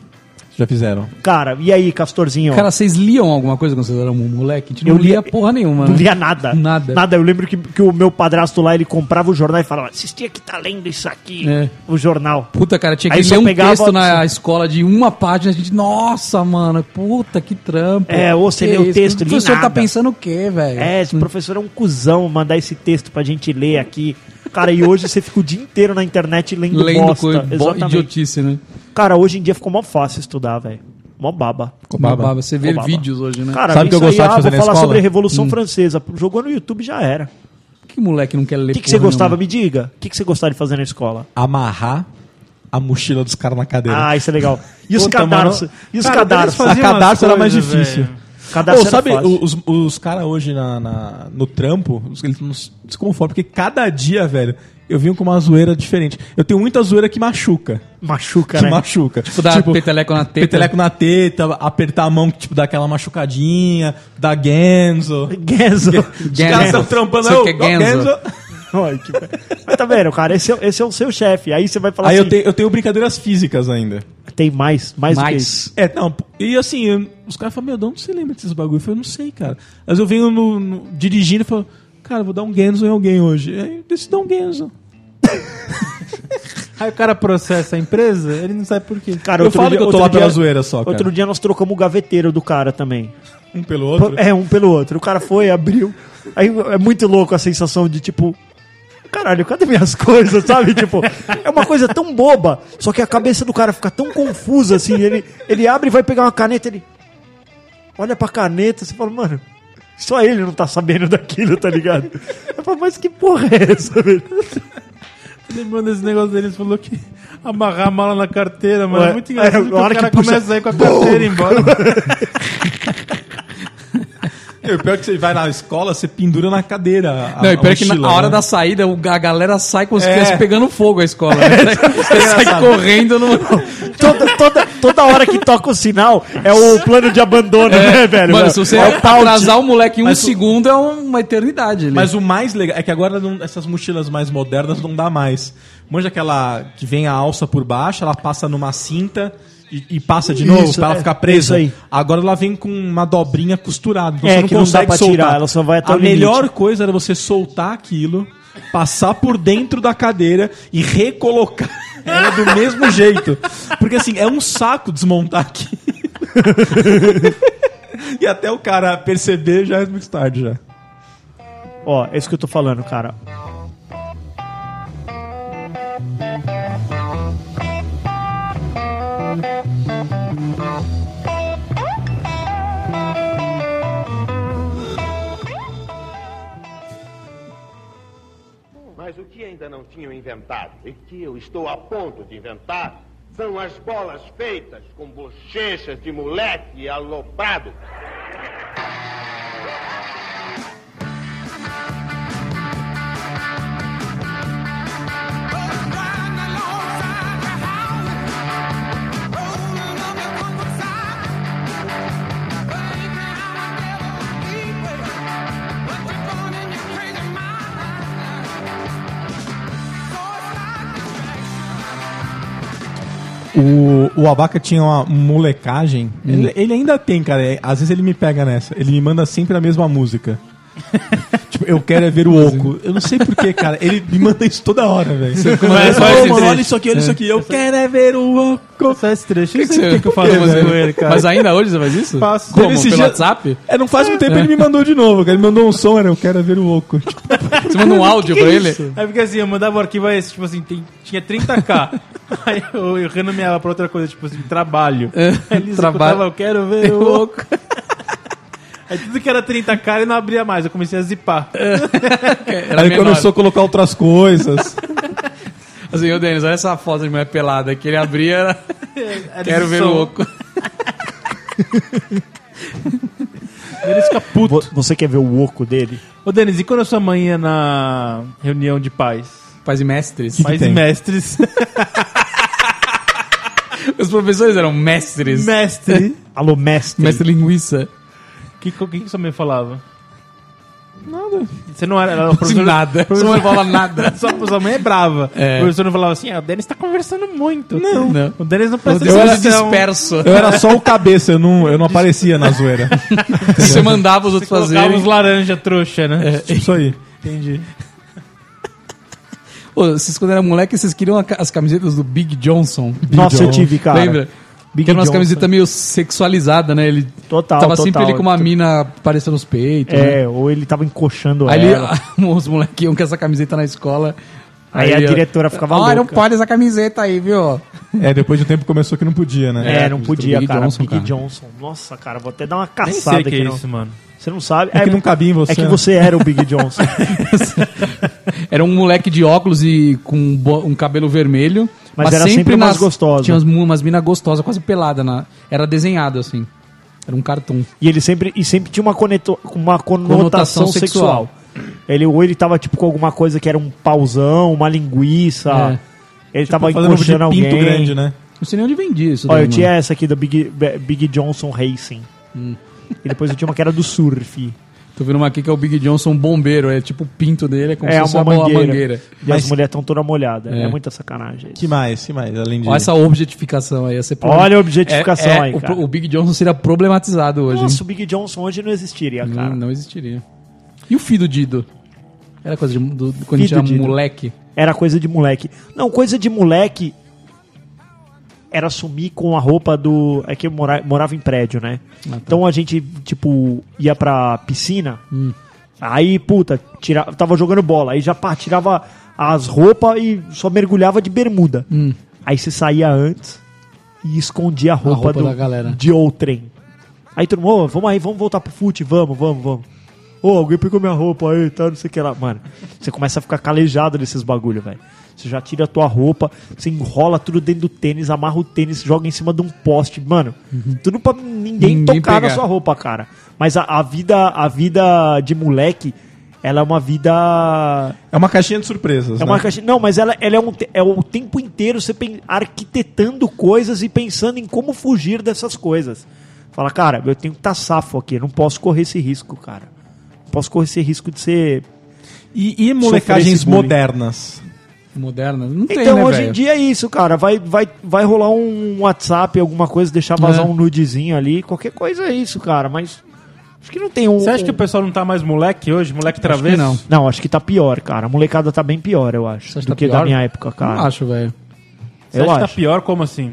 Speaker 3: já fizeram?
Speaker 4: Cara, e aí, Castorzinho?
Speaker 5: Cara, vocês liam alguma coisa quando vocês eram um moleque? A gente não
Speaker 4: Eu
Speaker 5: lia
Speaker 4: lia-
Speaker 5: porra nenhuma.
Speaker 4: Não
Speaker 5: né?
Speaker 4: lia nada.
Speaker 5: Nada.
Speaker 4: Nada. Eu lembro que, que o meu padrasto lá, ele comprava o jornal e falava, vocês tinham que estar lendo isso aqui,
Speaker 5: É.
Speaker 4: o jornal.
Speaker 5: Puta, cara, tinha
Speaker 4: Aí
Speaker 5: que
Speaker 4: só
Speaker 5: ler um
Speaker 4: pegava-
Speaker 5: texto na escola de uma página, a gente, nossa, mano, puta, que trampo.
Speaker 4: É, ou você
Speaker 5: Que
Speaker 4: lê o
Speaker 5: isso?
Speaker 4: texto,
Speaker 5: O
Speaker 4: li
Speaker 5: professor tá
Speaker 4: nada.
Speaker 5: pensando o quê, velho?
Speaker 4: É, esse professor é um cuzão mandar esse texto pra gente ler aqui. Cara, e hoje você fica o dia inteiro na internet lendo,
Speaker 5: Lendo
Speaker 4: bosta.
Speaker 5: coisa, bo-
Speaker 4: Exatamente.
Speaker 5: idiotice, né?
Speaker 4: Cara, hoje em dia ficou mó fácil estudar, velho. Mó baba.
Speaker 5: Uma baba. Você vê
Speaker 4: Baba.
Speaker 5: vídeos hoje, né?
Speaker 4: Cara,
Speaker 3: Sabe o que eu
Speaker 4: isso aí,
Speaker 3: gostava de
Speaker 4: ah,
Speaker 3: fazer
Speaker 4: vou
Speaker 3: na
Speaker 4: falar
Speaker 3: escola? Hum.
Speaker 4: sobre a Revolução Francesa. Jogou no YouTube já era.
Speaker 5: que moleque não quer ler
Speaker 4: O que, que você
Speaker 5: porra
Speaker 4: gostava?
Speaker 5: nenhuma?
Speaker 4: Me diga. O que, que você gostava de fazer na escola?
Speaker 3: Amarrar a mochila dos caras na cadeira.
Speaker 4: Ah, isso é legal. <laughs> E os
Speaker 3: Puta,
Speaker 4: cadarços?
Speaker 3: mano.
Speaker 4: E os
Speaker 6: Cara,
Speaker 4: cadarços?
Speaker 6: eles faziam
Speaker 3: A cadarço
Speaker 6: umas
Speaker 3: era mais
Speaker 6: coisas,
Speaker 3: difícil.
Speaker 6: velho.
Speaker 4: Cadarço
Speaker 3: Ô,
Speaker 4: era
Speaker 3: sabe,
Speaker 4: fácil.
Speaker 3: os, os caras hoje na, na- no trampo, os- eles não se conformam, porque cada dia, velho, eu vim com uma zoeira diferente. Eu tenho muita zoeira que machuca.
Speaker 4: Machuca,
Speaker 3: que
Speaker 4: né?
Speaker 3: machuca.
Speaker 5: Tipo, dar peteleco na teta.
Speaker 3: Peteleco na teta, apertar a mão, tipo, dar aquela machucadinha, dar Genzo.
Speaker 4: Genzo.
Speaker 3: Os caras estão trampando
Speaker 5: Sabe
Speaker 3: eu,
Speaker 5: o que é
Speaker 3: ó,
Speaker 5: Genzo?
Speaker 4: <laughs> Ai, que merda. Mas tá vendo, cara, esse é, esse é o seu chefe. Aí você vai falar
Speaker 3: Aí
Speaker 4: assim,
Speaker 3: eu tenho, eu tenho brincadeiras físicas ainda.
Speaker 4: tem mais, mais, do que
Speaker 5: Mais.
Speaker 4: isso.
Speaker 3: É, não, p- e assim, eu- os caras falam, meu, de onde você lembra desses bagulho? Eu falei, não sei, cara. Mas eu venho no, no- dirigindo e falo, cara, vou dar um Genzo em alguém hoje. Aí eu decidi dar um Genzo.
Speaker 6: Aí o cara processa a empresa, ele não sabe por quê.
Speaker 4: Cara,
Speaker 3: Eu
Speaker 4: outro
Speaker 3: falo que eu tô
Speaker 4: outro
Speaker 3: lá pela zoeira só, cara.
Speaker 4: Outro dia nós trocamos o gaveteiro do cara também.
Speaker 3: Um pelo outro.
Speaker 4: É, um pelo outro. O cara foi, abriu. Aí é muito louco a sensação de tipo. Caralho, cadê minhas <laughs> coisas, sabe? Tipo, é uma coisa tão boba, só que a cabeça do cara fica tão confusa assim. Ele, ele abre e vai pegar uma caneta, ele olha pra caneta, você fala, mano, só ele não tá sabendo daquilo, tá ligado? Eu falo, mas que porra é essa, velho?
Speaker 6: Lembrando desse negócio dele, ele falou que <laughs> amarrar a mala na carteira, mano.
Speaker 4: Ué,
Speaker 6: É muito engraçado
Speaker 4: é,
Speaker 6: que
Speaker 4: na hora
Speaker 6: o cara
Speaker 4: que puxa-
Speaker 6: começa a ir com
Speaker 3: <laughs>
Speaker 6: a carteira e ir embora.
Speaker 3: E o pior é que você vai na escola, você pendura na cadeira. a-
Speaker 5: Não,
Speaker 3: a
Speaker 5: e pior é que na
Speaker 3: mochila,
Speaker 5: hora
Speaker 3: né?
Speaker 5: da saída, o- a galera sai com os
Speaker 3: É.
Speaker 5: crianças pegando fogo a escola.
Speaker 4: <laughs>
Speaker 5: né?
Speaker 4: É,
Speaker 5: Sai- sai correndo no.
Speaker 4: Toda, toda, toda hora que toca o sinal é o plano de abandono, né, velho?
Speaker 5: Mano, se você
Speaker 4: é o pau
Speaker 5: atrasar o moleque em um
Speaker 3: Mas o-
Speaker 5: segundo, é uma eternidade. ali.
Speaker 3: Mas o mais legal é que agora não- essas mochilas mais modernas não dá mais. Manja aquela que vem a alça por baixo, ela passa numa cinta e, e passa de
Speaker 4: Isso,
Speaker 3: novo pra ela
Speaker 4: é,
Speaker 3: ficar presa.
Speaker 4: isso aí.
Speaker 3: Agora ela vem com uma dobrinha costurada. então
Speaker 4: É, que não dá pra tirar, ela só vai até
Speaker 3: a
Speaker 4: o limite.
Speaker 3: melhor coisa era você soltar aquilo. passar por dentro da cadeira e recolocar <laughs> ela do mesmo jeito. Porque assim, é um saco desmontar aqui. <laughs> e até o cara perceber já é muito tarde já.
Speaker 4: Ó, é isso que eu tô falando, cara.
Speaker 9: Mas o que ainda não tinham inventado e que eu estou a ponto de inventar são as bolas feitas com bochechas de moleque aloprado.
Speaker 2: Riding alongside the highway, rolling on the country side. Baby, I'm a devil deep way, but you're born in your crazy mind. So it's like a
Speaker 3: O, o Abaca tinha uma molecagem. Ele, ele ainda tem, cara. É, Às vezes ele me pega nessa. Ele me manda sempre a mesma música. tipo, eu quero é ver o oco. Eu não sei porquê, cara. Ele me manda isso toda hora, velho.
Speaker 6: Mas só
Speaker 3: Ô,
Speaker 6: esse
Speaker 3: mano, olha
Speaker 6: trecho.
Speaker 3: isso aqui, olha isso aqui. Eu quero é ver o oco.
Speaker 6: Só esse trecho. Eu
Speaker 5: que
Speaker 6: não sei
Speaker 5: você-
Speaker 6: por que que eu falo
Speaker 5: Por quê,
Speaker 6: mais com
Speaker 5: velho?
Speaker 6: ele, cara.
Speaker 5: Mas ainda hoje você faz isso?
Speaker 3: Faço.
Speaker 5: Como?
Speaker 3: Teve esse
Speaker 5: Pelo
Speaker 3: dia-
Speaker 5: WhatsApp?
Speaker 3: É, não faz muito tempo ele me mandou de novo, cara. Ele mandou um som, era eu quero é ver o oco. Tipo,
Speaker 5: Você manda um áudio pra ele?
Speaker 6: Aí fica assim, eu mandava o arquivo, aí, tipo assim, tem-
Speaker 5: <laughs>
Speaker 6: tinha 30k. aí eu, eu renomeava pra outra coisa, tipo assim, trabalho.
Speaker 5: É,
Speaker 6: Aí ele
Speaker 5: trabalho.
Speaker 6: escutava, eu quero ver o louco. <laughs> aí tudo que era 30k ele não abria mais, eu comecei a zipar.
Speaker 5: É, Era
Speaker 3: aí
Speaker 5: menor.
Speaker 3: começou a colocar outras coisas.
Speaker 5: Assim, ô Denis, olha essa foto de mulher pelada que ele abria. Era...
Speaker 6: Era
Speaker 5: Quero
Speaker 6: esse
Speaker 5: ver
Speaker 6: som.
Speaker 5: o oco.
Speaker 6: Ele fica puto.
Speaker 4: Vo- Você quer ver o oco dele?
Speaker 6: Ô Denis, e quando a sua mãe ia na reunião de pais?
Speaker 5: Pais e mestres.
Speaker 6: Pais e
Speaker 3: tem?
Speaker 6: mestres.
Speaker 5: <laughs> Os professores eram mestres.
Speaker 6: <laughs> Mestre.
Speaker 4: Alô, mestre.
Speaker 5: Mestre linguiça.
Speaker 6: O que, que, que sua mãe falava? Nada. Você não era. era o
Speaker 5: Professor...
Speaker 6: professor-
Speaker 5: Nada. Você não fala
Speaker 6: <laughs>
Speaker 5: nada.
Speaker 6: Sua, sua mãe é brava.
Speaker 5: É.
Speaker 6: O professor não falava assim, ah, o Denis tá conversando muito.
Speaker 5: Não. Não.
Speaker 6: O Denis não presta
Speaker 5: Eu era
Speaker 6: atenção.
Speaker 5: disperso.
Speaker 3: Eu era só o cabeça, eu não, eu não aparecia na zoeira.
Speaker 5: Você mandava os outros
Speaker 6: Colocava
Speaker 5: fazerem.
Speaker 6: uns laranja trouxa, né?
Speaker 3: Tipo isso aí.
Speaker 6: Entendi.
Speaker 5: Ô, vocês, quando eram moleque, vocês queriam a ca- as camisetas do Big Johnson.
Speaker 4: Nossa, eu
Speaker 3: Johnson.
Speaker 4: tive, cara.
Speaker 5: Lembra? que era umas
Speaker 4: Johnson.
Speaker 5: camisetas meio sexualizada, né? Ele
Speaker 4: Total,
Speaker 5: tava
Speaker 4: total.
Speaker 5: sempre ele com uma mina aparecendo os peitos. né?
Speaker 4: É, ou ele tava encoxando
Speaker 5: Aí ele,
Speaker 4: ela.
Speaker 5: <laughs> os moleques iam com essa camiseta na escola.
Speaker 4: é. Aí a
Speaker 5: ele-
Speaker 4: diretora ficava
Speaker 5: Ó, não
Speaker 4: louca."
Speaker 5: pode essa camiseta aí,
Speaker 4: <laughs>
Speaker 5: viu?
Speaker 3: É, depois de um tempo começou que não podia, né?
Speaker 4: É, não
Speaker 5: Big
Speaker 4: podia, cara.
Speaker 5: Johnson,
Speaker 4: Big
Speaker 5: cara.
Speaker 4: Johnson. Nossa, cara, vou até dar uma
Speaker 6: Nem
Speaker 4: caçada
Speaker 6: sei o
Speaker 4: aqui.
Speaker 6: que é
Speaker 4: não.
Speaker 6: isso, mano.
Speaker 4: Você não sabe?
Speaker 3: É que não cabia em você.
Speaker 4: é que
Speaker 3: né?
Speaker 4: você era o Big Johnson.
Speaker 5: Era um moleque de óculos e com um, bo- um cabelo vermelho.
Speaker 4: Mas era sempre mais gostosa.
Speaker 5: Tinha umas, mu- umas minas gostosas, quase pelada. Na, era desenhado, assim. Era um cartoon.
Speaker 4: E ele sempre, e sempre tinha uma, coneto- uma conotação,
Speaker 5: Conotação
Speaker 4: sexual.
Speaker 5: sexual.
Speaker 4: Ele, ou ele tava tipo com alguma coisa que era um pauzão, uma linguiça. Ele tava
Speaker 3: É. Tipo, fazendo ovo de
Speaker 4: encoxando
Speaker 3: pinto
Speaker 4: alguém.
Speaker 3: grande, né?
Speaker 5: Não sei nem onde vendia isso.
Speaker 4: Ó, eu
Speaker 5: mano.
Speaker 4: tinha essa aqui da Big, Big Johnson Racing.
Speaker 3: Hum.
Speaker 4: E depois eu tinha uma que era do surf.
Speaker 5: Tô vendo uma aqui que é o Big Johnson bombeiro. É tipo o pinto dele, é como
Speaker 4: é
Speaker 5: se fosse
Speaker 4: uma
Speaker 5: bola-
Speaker 4: mangueira. E
Speaker 3: Mas-
Speaker 4: as mulheres estão toda molhada. É.
Speaker 5: É.
Speaker 4: muita sacanagem. isso.
Speaker 3: Que mais, que mais, além de...
Speaker 5: Olha essa objetificação aí. Essa é pro-
Speaker 4: Olha a objetificação
Speaker 5: É, é,
Speaker 4: aí,
Speaker 5: o,
Speaker 4: cara.
Speaker 5: pro- o Big Johnson seria problematizado hoje.
Speaker 4: Nossa, o Big Johnson hoje não existiria,
Speaker 5: hein?
Speaker 4: cara.
Speaker 5: não, não existiria. E o Fido Dido? Era coisa de, do, do- quando a gente
Speaker 4: Fido
Speaker 5: era
Speaker 4: Dido.
Speaker 5: moleque.
Speaker 4: Era coisa de moleque. Não, coisa de moleque era sumir com a roupa do. É que eu mora- morava em prédio, né?
Speaker 5: Ah, tá.
Speaker 4: Então a gente, tipo, ia pra piscina.
Speaker 5: Hum.
Speaker 4: Aí, puta, tira... tava jogando bola. Aí já pá, tirava as roupas e só mergulhava de bermuda.
Speaker 5: Hum.
Speaker 4: Aí você saía antes e escondia a roupa,
Speaker 5: roupa
Speaker 4: do-
Speaker 5: da galera.
Speaker 4: de outrem. Aí todo mundo, "Ô, vamos aí, vamos voltar pro fute, vamos, vamos, vamos. Ô, alguém pegou minha roupa aí, tá, não sei o que lá. Mano, você começa a ficar calejado nesses bagulho, velho. Você já tira a tua roupa, você enrola tudo dentro do tênis, amarra o tênis, joga em cima de um poste. Mano, tudo pra ninguém,
Speaker 5: Uhum. Ninguém
Speaker 4: tocar na
Speaker 5: pegar.
Speaker 4: sua roupa, cara. Mas a, a vida a vida de moleque, ela é uma vida...
Speaker 3: É uma caixinha de surpresas,
Speaker 4: É uma
Speaker 3: né?
Speaker 4: caixinha. Não, mas ela, ela é, um, te- é o tempo inteiro você pen- arquitetando coisas e pensando em como fugir dessas coisas. Fala, cara, eu tenho que estar safo aqui, eu não posso correr esse risco, cara. Não posso correr esse risco de ser.
Speaker 3: E, e molecagens
Speaker 4: esse bullying.
Speaker 3: modernas?
Speaker 5: Moderna. Não tem,
Speaker 4: então,
Speaker 5: né,
Speaker 4: hoje
Speaker 5: velho?
Speaker 4: em dia é isso, cara. Vai, vai, vai rolar um WhatsApp, alguma coisa, deixar vazar
Speaker 5: É.
Speaker 4: um nudezinho ali, qualquer coisa é isso, cara. Mas Acho que não tem um.
Speaker 6: Você acha que o pessoal não tá mais moleque hoje? Moleque
Speaker 5: Acho que
Speaker 6: travesso?
Speaker 5: não.
Speaker 4: Não, acho que tá pior, cara. A molecada tá bem pior, eu acho.
Speaker 5: Você acha
Speaker 4: do
Speaker 5: que
Speaker 4: que
Speaker 5: tá pior?
Speaker 4: da minha época, cara.
Speaker 5: Não acho, velho.
Speaker 6: Você
Speaker 4: Eu
Speaker 6: acha que tá
Speaker 4: acho.
Speaker 6: pior? Como assim?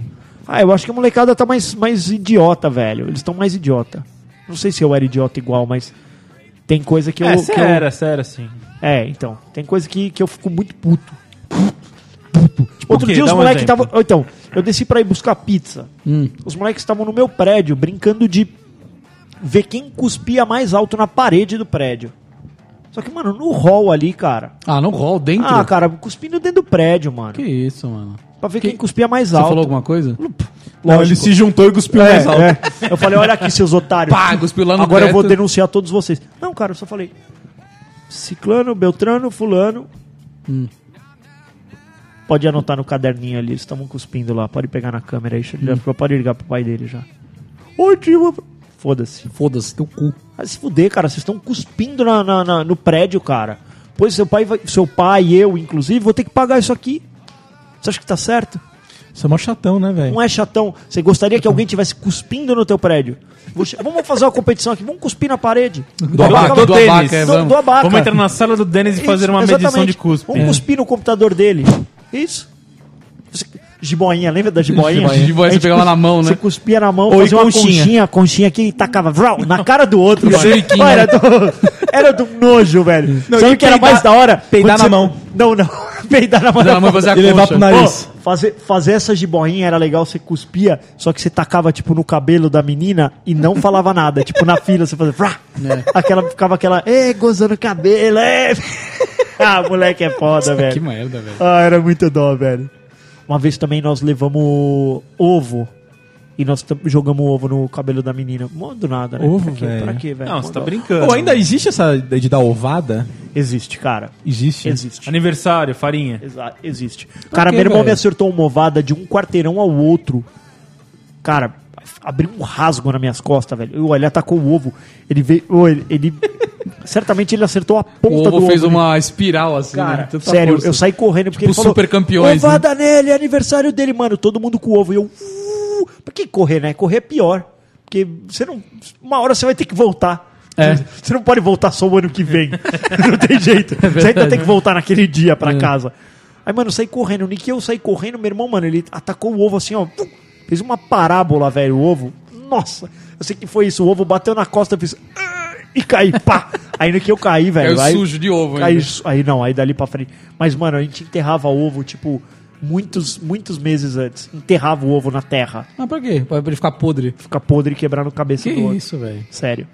Speaker 4: Ah, eu acho que a molecada tá mais, mais idiota, velho. Eles estão mais idiota. Não sei se eu era idiota igual, mas tem coisa que eu.
Speaker 6: é,
Speaker 4: que
Speaker 6: você
Speaker 4: eu-
Speaker 6: era, você era assim.
Speaker 4: É, então. Tem coisa que, que eu fico muito puto. Puto. Outro
Speaker 6: o quê?
Speaker 4: dia os
Speaker 6: Dá um
Speaker 4: moleques
Speaker 6: exemplo.
Speaker 4: estavam. Então, eu desci pra ir buscar pizza.
Speaker 5: Hum.
Speaker 4: Os moleques estavam no meu prédio brincando de ver quem cuspia mais alto na parede do prédio. Só que, mano, no hall ali, cara.
Speaker 5: Ah, no rol, dentro?
Speaker 4: Ah, cara, cuspindo dentro do prédio, mano.
Speaker 5: Que isso, mano.
Speaker 4: Pra ver quem cuspia mais
Speaker 5: Você
Speaker 4: alto.
Speaker 5: falou alguma coisa?
Speaker 3: Não, ele
Speaker 4: Lógico.
Speaker 3: se juntou e cuspiu
Speaker 4: É,
Speaker 3: mais alto.
Speaker 4: é. <laughs> Eu falei, olha aqui, seus otários.
Speaker 5: Pá, cuspiu lá no
Speaker 4: Agora eu vou
Speaker 5: teto.
Speaker 4: denunciar todos vocês. Não, cara, eu só falei. Ciclano, Beltrano, Fulano. Pode anotar no caderninho ali, eles estavam cuspindo lá. Pode pegar na câmera aí. deixa eu ligar pro- Pode ligar pro pai dele já. Ô, tio. Foda-se.
Speaker 5: Foda-se, teu cu.
Speaker 4: Vai se fuder, cara. Vocês estão cuspindo na, na- na- no prédio, cara. Pois seu pai, vai- seu pai, eu, inclusive, vou ter que pagar isso aqui. Você acha que tá certo?
Speaker 3: Você é mó chatão, né, velho?
Speaker 4: Não é chatão. Você gostaria que alguém tivesse cuspindo no teu prédio? Vou che- Vamos fazer uma competição aqui. Vamos cuspir na parede. Do
Speaker 3: abaca, do tênis.
Speaker 5: é,
Speaker 4: Do,
Speaker 5: vamos.
Speaker 4: do abaca.
Speaker 6: Vamos entrar <laughs> na sala do Denis e fazer
Speaker 4: Isso,
Speaker 6: uma medição
Speaker 4: exatamente.
Speaker 6: de Um cuspe.
Speaker 4: Vamos cuspir no computador dele. Isso. Você... Jiboinha, lembra da jiboinha?
Speaker 5: Jiboinha. Jiboinha,
Speaker 4: A gente
Speaker 5: você pegava
Speaker 4: cus-
Speaker 5: na mão, né?
Speaker 4: Você cuspia na mão,
Speaker 3: Ou
Speaker 4: fazia
Speaker 3: em
Speaker 4: uma
Speaker 3: conchinha.
Speaker 4: conchinha, conchinha que tacava vrau, na cara do outro. mano.
Speaker 5: Churiquinho.
Speaker 4: Mano, era, do... era do nojo, velho.
Speaker 3: Não,
Speaker 4: Sabe
Speaker 3: e
Speaker 4: o que era
Speaker 3: peidar-
Speaker 4: mais da hora?
Speaker 3: peidar
Speaker 4: Quando
Speaker 3: na mão.
Speaker 4: Não, não. <laughs> peidar na mão.
Speaker 5: Mas
Speaker 4: era
Speaker 5: ela vai
Speaker 4: foda.
Speaker 5: fazer a
Speaker 3: E levar pro
Speaker 5: concha.
Speaker 4: Pô,
Speaker 3: nariz.
Speaker 4: fazer, fazer essa jiboinha era legal, você cuspia, só que você tacava, tipo, no cabelo da menina e não falava nada. tipo, na fila, você fazia... Frá! Aquela, ficava aquela... É, gozando o cabelo, é... <laughs> ah, moleque é foda,
Speaker 5: Que
Speaker 4: velho.
Speaker 5: merda, velho.
Speaker 4: Ah, era muito dó, velho. Uma vez também nós levamos ovo. E nós tam- jogamos ovo no cabelo da menina. Mó Do nada, né?
Speaker 3: Ovo,
Speaker 4: pra quê?
Speaker 3: velho.
Speaker 4: Pra quê, velho?
Speaker 6: Não,
Speaker 4: Mó
Speaker 6: você tá
Speaker 4: dó.
Speaker 6: brincando.
Speaker 3: Pô, ainda existe essa de dar ovada?
Speaker 4: Existe, cara.
Speaker 3: Existe.
Speaker 4: Existe.
Speaker 6: Aniversário, farinha.
Speaker 4: Exa- Existe. Cara,
Speaker 5: quê,
Speaker 4: meu irmão
Speaker 5: velho?
Speaker 4: me acertou uma ovada de um quarteirão ao outro. Cara, af- abriu um rasgo nas minhas costas, velho. Eu, ele atacou o ovo. Ele veio. ô, ele. ele- <laughs> certamente ele acertou a
Speaker 5: O
Speaker 4: ponta
Speaker 5: ovo
Speaker 4: do
Speaker 5: fez
Speaker 4: ovo. né?
Speaker 5: uma espiral assim,
Speaker 4: Cara,
Speaker 5: né? Tanta
Speaker 4: sério,
Speaker 5: força.
Speaker 4: eu saí correndo porque
Speaker 5: Tipo
Speaker 4: ele falou,
Speaker 5: super campeões, né?
Speaker 4: Ovada nele, é aniversário dele, mano. Todo mundo com ovo. E eu. "Uh", pra que correr, né? Correr é pior. Porque você não. Uma hora você vai ter que voltar.
Speaker 5: É.
Speaker 4: Você não pode voltar só o ano que
Speaker 5: <laughs>
Speaker 4: vem. <laughs> não tem jeito. você ainda
Speaker 5: É verdade. É.
Speaker 4: tem que voltar naquele dia pra casa. Aí, mano, eu saí correndo. O Nick e eu saí correndo, meu irmão, mano, ele atacou o ovo assim, ó. pum, Fez uma parábola, velho, o ovo. Nossa, eu sei que foi isso. O ovo bateu na costa, eu fiz. "Ah", E caí, pá! Aí no que eu caí, velho.
Speaker 5: Caiu
Speaker 4: aí-
Speaker 5: sujo de ovo
Speaker 4: Aí,
Speaker 5: ainda.
Speaker 4: su- aí não, aí dali pra frente. Mas, mano, a gente enterrava ovo, tipo, muitos, muitos meses antes. Enterrava o ovo na terra.
Speaker 5: Mas pra quê? Pra pra ele ficar podre.
Speaker 4: Ficar podre e quebrar no cabeça
Speaker 5: Que
Speaker 4: do outro.
Speaker 5: isso, velho.
Speaker 4: Sério.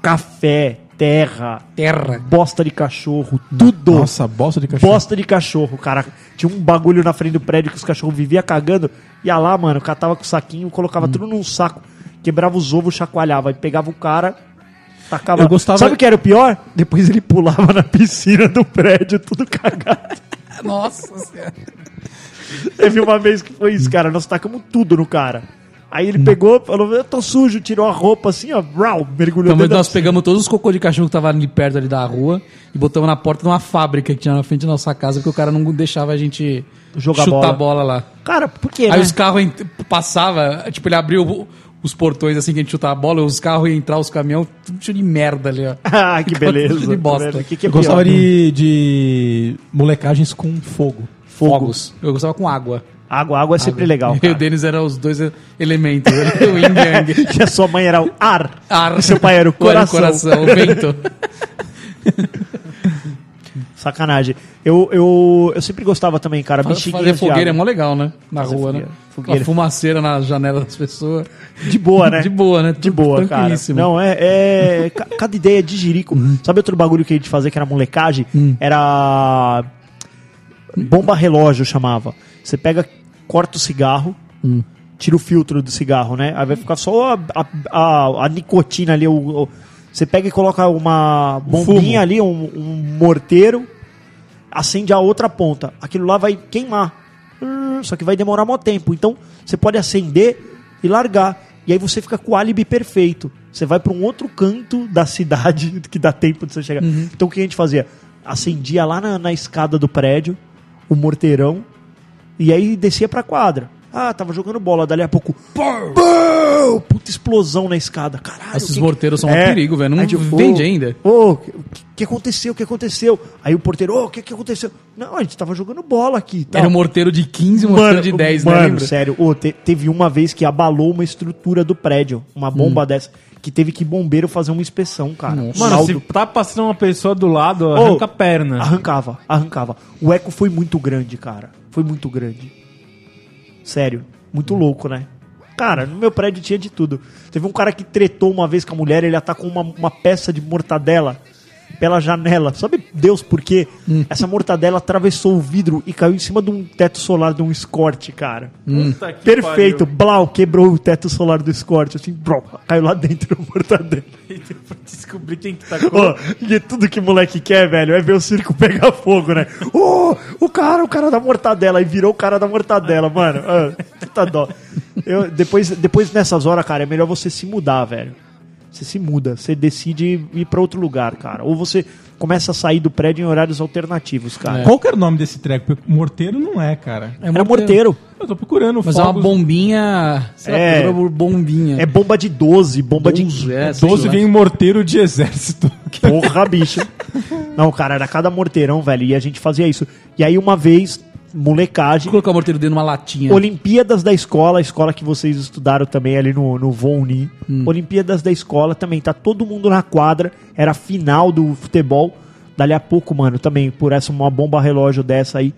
Speaker 4: Café, terra,
Speaker 5: Terra.
Speaker 4: bosta de cachorro, tudo.
Speaker 3: Nossa, bosta de cachorro.
Speaker 4: Bosta de cachorro, cara. Tinha um bagulho na frente do prédio que os cachorros viviam cagando. Ia lá, mano, catava com o saquinho, colocava
Speaker 3: Hum.
Speaker 4: tudo num saco, quebrava os ovos, chacoalhava. E pegava o cara, tacava.
Speaker 3: Eu gostava-
Speaker 4: Sabe o que era o pior? Depois ele pulava na piscina do prédio, tudo cagado.
Speaker 5: Nossa senhora.
Speaker 4: Teve uma vez que foi isso, cara. Nós tacamos tudo no cara. Aí ele pegou, falou, eu tô sujo, tirou a roupa assim, ó, brau, mergulhou
Speaker 5: Então, mas
Speaker 4: dentro da
Speaker 5: nós pegamos todos os cocô de cachorro que tava ali perto ali da rua e botamos na porta de uma fábrica que tinha na frente da nossa casa, porque o cara não deixava a gente
Speaker 4: Jogar
Speaker 5: chutar
Speaker 4: bola.
Speaker 5: a bola lá.
Speaker 4: Cara, por quê, né?
Speaker 5: Aí os carros ent- passava, tipo, ele abriu o- os portões assim que a gente chutava a bola, os carros iam entrar, os caminhões, tudo cheio de
Speaker 4: <laughs>
Speaker 5: merda ali, ó.
Speaker 4: <laughs> ah,
Speaker 5: <laughs>
Speaker 4: que beleza.
Speaker 5: de bosta.
Speaker 4: Velho, que que é
Speaker 3: Eu gostava
Speaker 4: pior?
Speaker 3: de, de molecagens com fogo.
Speaker 5: Fogos. Eu gostava com água. <laughs>
Speaker 4: Água, água é
Speaker 5: Ah,
Speaker 4: sempre legal,
Speaker 5: Eu e o
Speaker 4: cara.
Speaker 5: Denis eram os dois e- elementos, ele e <laughs> o Yin Yang.
Speaker 4: <laughs> Que a sua mãe era o ar.
Speaker 5: Ar.
Speaker 4: E seu pai era o
Speaker 5: Eu <laughs> era
Speaker 4: coração.
Speaker 5: o vento.
Speaker 4: <laughs> Sacanagem. Eu, eu, eu sempre gostava também, cara. Bexiguinha
Speaker 5: Fazer fogueira é
Speaker 4: de, água.
Speaker 5: mó legal, né? Na
Speaker 4: Fazer
Speaker 5: rua, né?
Speaker 4: fogueira. Fogueira.
Speaker 5: Uma fumaceira na janela das pessoas.
Speaker 4: de boa, né?
Speaker 5: <laughs> De boa, né?
Speaker 4: De boa, cara.
Speaker 5: Tranquilíssimo. Uhum.
Speaker 4: Não, é. é ca- cada ideia de jirico. Sabe outro bagulho que a gente fazia que era molecagem?
Speaker 5: Hum.
Speaker 4: Era. Bomba relógio chamava. Você pega, corta o cigarro,
Speaker 5: Hum.
Speaker 4: tira o filtro do cigarro, né? Aí vai ficar só a, a, a- a nicotina ali. o- o- você pega e coloca uma bombinha ali, um, um morteiro, acende a outra ponta. Aquilo lá vai queimar. Hum, Só que vai demorar mó tempo. Então você pode acender e largar. E aí você fica com o álibi perfeito. Você vai para um outro canto da cidade <laughs> que dá tempo de você chegar.
Speaker 5: Uhum.
Speaker 4: Então o que a gente fazia? Acendia lá na, na escada do prédio, o morteirão, e aí descia pra quadra. Ah, tava jogando bola, dali a pouco. Pum! Puta explosão na escada. Caralho.
Speaker 5: Esses
Speaker 4: o que que-
Speaker 5: morteiros são um perigo, velho. Não
Speaker 4: Aí, tipo,
Speaker 5: vende
Speaker 4: ô,
Speaker 5: ainda.
Speaker 4: Ô, o que, que aconteceu? O que aconteceu? Aí o porteiro, ô, o que, que aconteceu? Não, a gente tava jogando bola aqui. e tal.
Speaker 5: Era um morteiro de 15, um morteiro de 10,
Speaker 4: mano,
Speaker 5: né? Lembra?
Speaker 4: sério, ô, te- teve uma vez que abalou uma estrutura do prédio, uma
Speaker 5: Hum.
Speaker 4: bomba dessa, que teve que bombeiro fazer uma inspeção, cara.
Speaker 6: Mano,
Speaker 4: Saldo.
Speaker 6: se tá passando uma pessoa do lado, arranca a perna.
Speaker 4: Arrancava, arrancava. O eco foi muito grande, cara. Foi muito grande. Sério, muito
Speaker 6: Hum.
Speaker 4: louco, né? Cara, no meu prédio tinha de tudo. Teve um cara que tretou uma vez com a mulher, ele atacou uma, uma peça de mortadela pela janela. Sabe Deus por quê?
Speaker 6: Hum.
Speaker 4: Essa mortadela atravessou o vidro e caiu em cima de um teto solar de um escorte, cara.
Speaker 6: Puta que
Speaker 4: Perfeito,
Speaker 6: pariu.
Speaker 4: blau, quebrou o teto solar do escorte, assim, bro, caiu lá dentro do mortadela.
Speaker 6: Pra descobrir quem que tá com...
Speaker 4: Ó, e é tudo que moleque quer, velho, é ver o circo pegar fogo, né? Ô, o cara, o cara da mortadela, e virou o cara da mortadela, mano. Ah, puta dó. Eu, depois, depois nessas horas, cara, é melhor você se mudar, velho. Você se muda, você decide ir pra outro lugar, cara. Ou você começa a sair do prédio em horários alternativos, cara.
Speaker 3: Qual que era o nome desse treco? Porque Morteiro não é, cara.
Speaker 5: É
Speaker 4: Era morteiro.
Speaker 3: Eu tô procurando
Speaker 5: Mas é uma
Speaker 3: fogos.
Speaker 5: bombinha. Sei lá,
Speaker 4: É.
Speaker 5: procura por bombinha.
Speaker 4: É bomba de 12, bomba de um
Speaker 5: é, sei
Speaker 3: 12
Speaker 5: lá.
Speaker 3: vem morteiro de exército.
Speaker 4: Porra, bicho. Não, cara, era cada morteirão, velho, e a gente fazia isso. E aí uma vez, molecagem,
Speaker 5: Colocar o morteiro dentro de uma latinha.
Speaker 4: Olimpíadas da escola, a escola que vocês estudaram também ali no, no Von Lee. Olimpíadas da escola também, tá todo mundo na quadra. Era a final do futebol. Dali a pouco, mano, também, por essa uma bomba relógio dessa aí.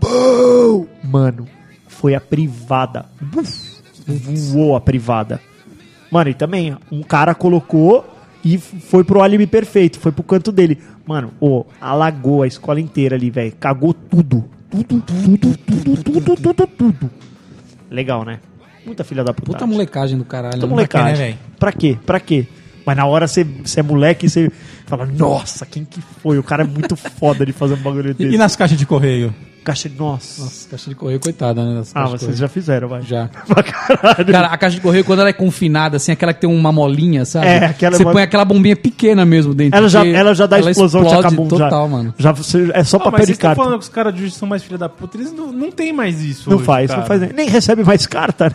Speaker 4: Bum! Mano, foi a privada. Buf! Voou a privada. Mano, e também, um cara colocou e f- foi pro álibi perfeito, foi pro canto dele. Mano, ô, alagou a escola inteira ali, velho. Cagou tudo. Tudo, tudo, tudo, tudo, tudo, tudo. Legal, né? Muita filha da puta.
Speaker 5: Puta molecagem do caralho.
Speaker 4: Puta
Speaker 5: né?
Speaker 4: molecagem.
Speaker 3: né, velho?
Speaker 4: pra quê? Pra quê? Mas na hora você você é moleque, você fala, nossa, quem que foi? O cara é muito foda de fazer um bagulho
Speaker 3: E,
Speaker 4: desse.
Speaker 3: nas caixas de correio?
Speaker 4: Caixa de... Nossa.
Speaker 5: Nossa, caixa de correio, coitada, né? das
Speaker 4: ah,
Speaker 5: caixas de
Speaker 4: vocês já fizeram, vai.
Speaker 5: correio. Já.
Speaker 4: <laughs> Pra caralho.
Speaker 5: Cara, a caixa de correio, quando ela é confinada, assim, aquela que tem uma molinha, sabe?
Speaker 4: É, aquela
Speaker 5: Você
Speaker 4: mo-
Speaker 5: põe aquela bombinha pequena mesmo dentro.
Speaker 4: Ela já,
Speaker 5: porque
Speaker 4: ela já dá a explosão de
Speaker 5: explode
Speaker 4: acabum já.
Speaker 5: total, mano.
Speaker 4: já você- é só
Speaker 6: Ah,
Speaker 4: papel
Speaker 6: mas
Speaker 4: de
Speaker 6: vocês estão
Speaker 4: carta.
Speaker 6: falando que os caras de hoje são mais filha da puta. Eles não, não tem mais isso
Speaker 4: Não
Speaker 6: hoje,
Speaker 4: faz,
Speaker 6: cara.
Speaker 4: não faz. Nem nem recebe mais carta, né?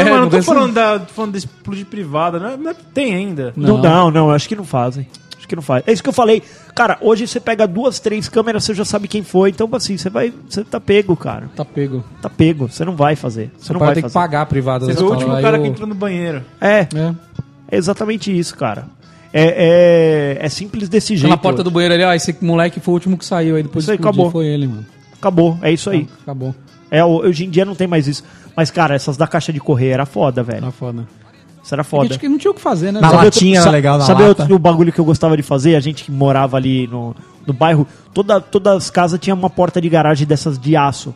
Speaker 5: <laughs> É,
Speaker 6: mas eu
Speaker 5: não
Speaker 6: não tô
Speaker 5: pensa-
Speaker 6: falando, da, tô falando desse pulo de privada. Não, é- não é- tem ainda.
Speaker 4: Não,
Speaker 5: Não.
Speaker 4: não, não, acho que não fazem. Acho que não faz. É isso que eu falei. Cara, hoje você pega duas, três câmeras, você já sabe quem foi. Então, assim, você vai. Você tá pego, cara.
Speaker 5: Tá pego.
Speaker 4: Tá pego. Você não vai fazer. Você
Speaker 5: O
Speaker 4: não
Speaker 5: cara
Speaker 4: vai
Speaker 5: tem que
Speaker 4: fazer.
Speaker 5: pagar a privada.
Speaker 6: Vocês
Speaker 5: da
Speaker 6: são o
Speaker 5: escola,
Speaker 6: último
Speaker 5: aí
Speaker 6: cara
Speaker 5: eu-
Speaker 6: que entrou no banheiro.
Speaker 4: É,
Speaker 5: É.
Speaker 4: é exatamente isso, cara. É, é, é simples desse jeito.
Speaker 5: Pela Tá porta do banheiro ali, ó, esse moleque foi o último que saiu, aí depois
Speaker 4: Isso aí,
Speaker 5: explodiu,
Speaker 4: acabou.
Speaker 5: foi ele, mano. Tá,
Speaker 4: Acabou, é isso aí.
Speaker 5: Acabou.
Speaker 4: É, hoje em dia não tem mais isso. Mas, cara, essas da caixa de correr era foda, velho.
Speaker 5: Tá foda.
Speaker 4: Isso era
Speaker 5: Porque
Speaker 4: foda.
Speaker 5: Acho que não tinha o que fazer, né?
Speaker 3: Na
Speaker 5: velho?
Speaker 4: Sabe
Speaker 3: latinha era
Speaker 4: sa-
Speaker 3: legal, na
Speaker 4: Sabe
Speaker 3: lata.
Speaker 4: outro bagulho que eu gostava de fazer? A gente que morava ali no, no bairro, toda, todas as casas tinha uma porta de garagem dessas de aço.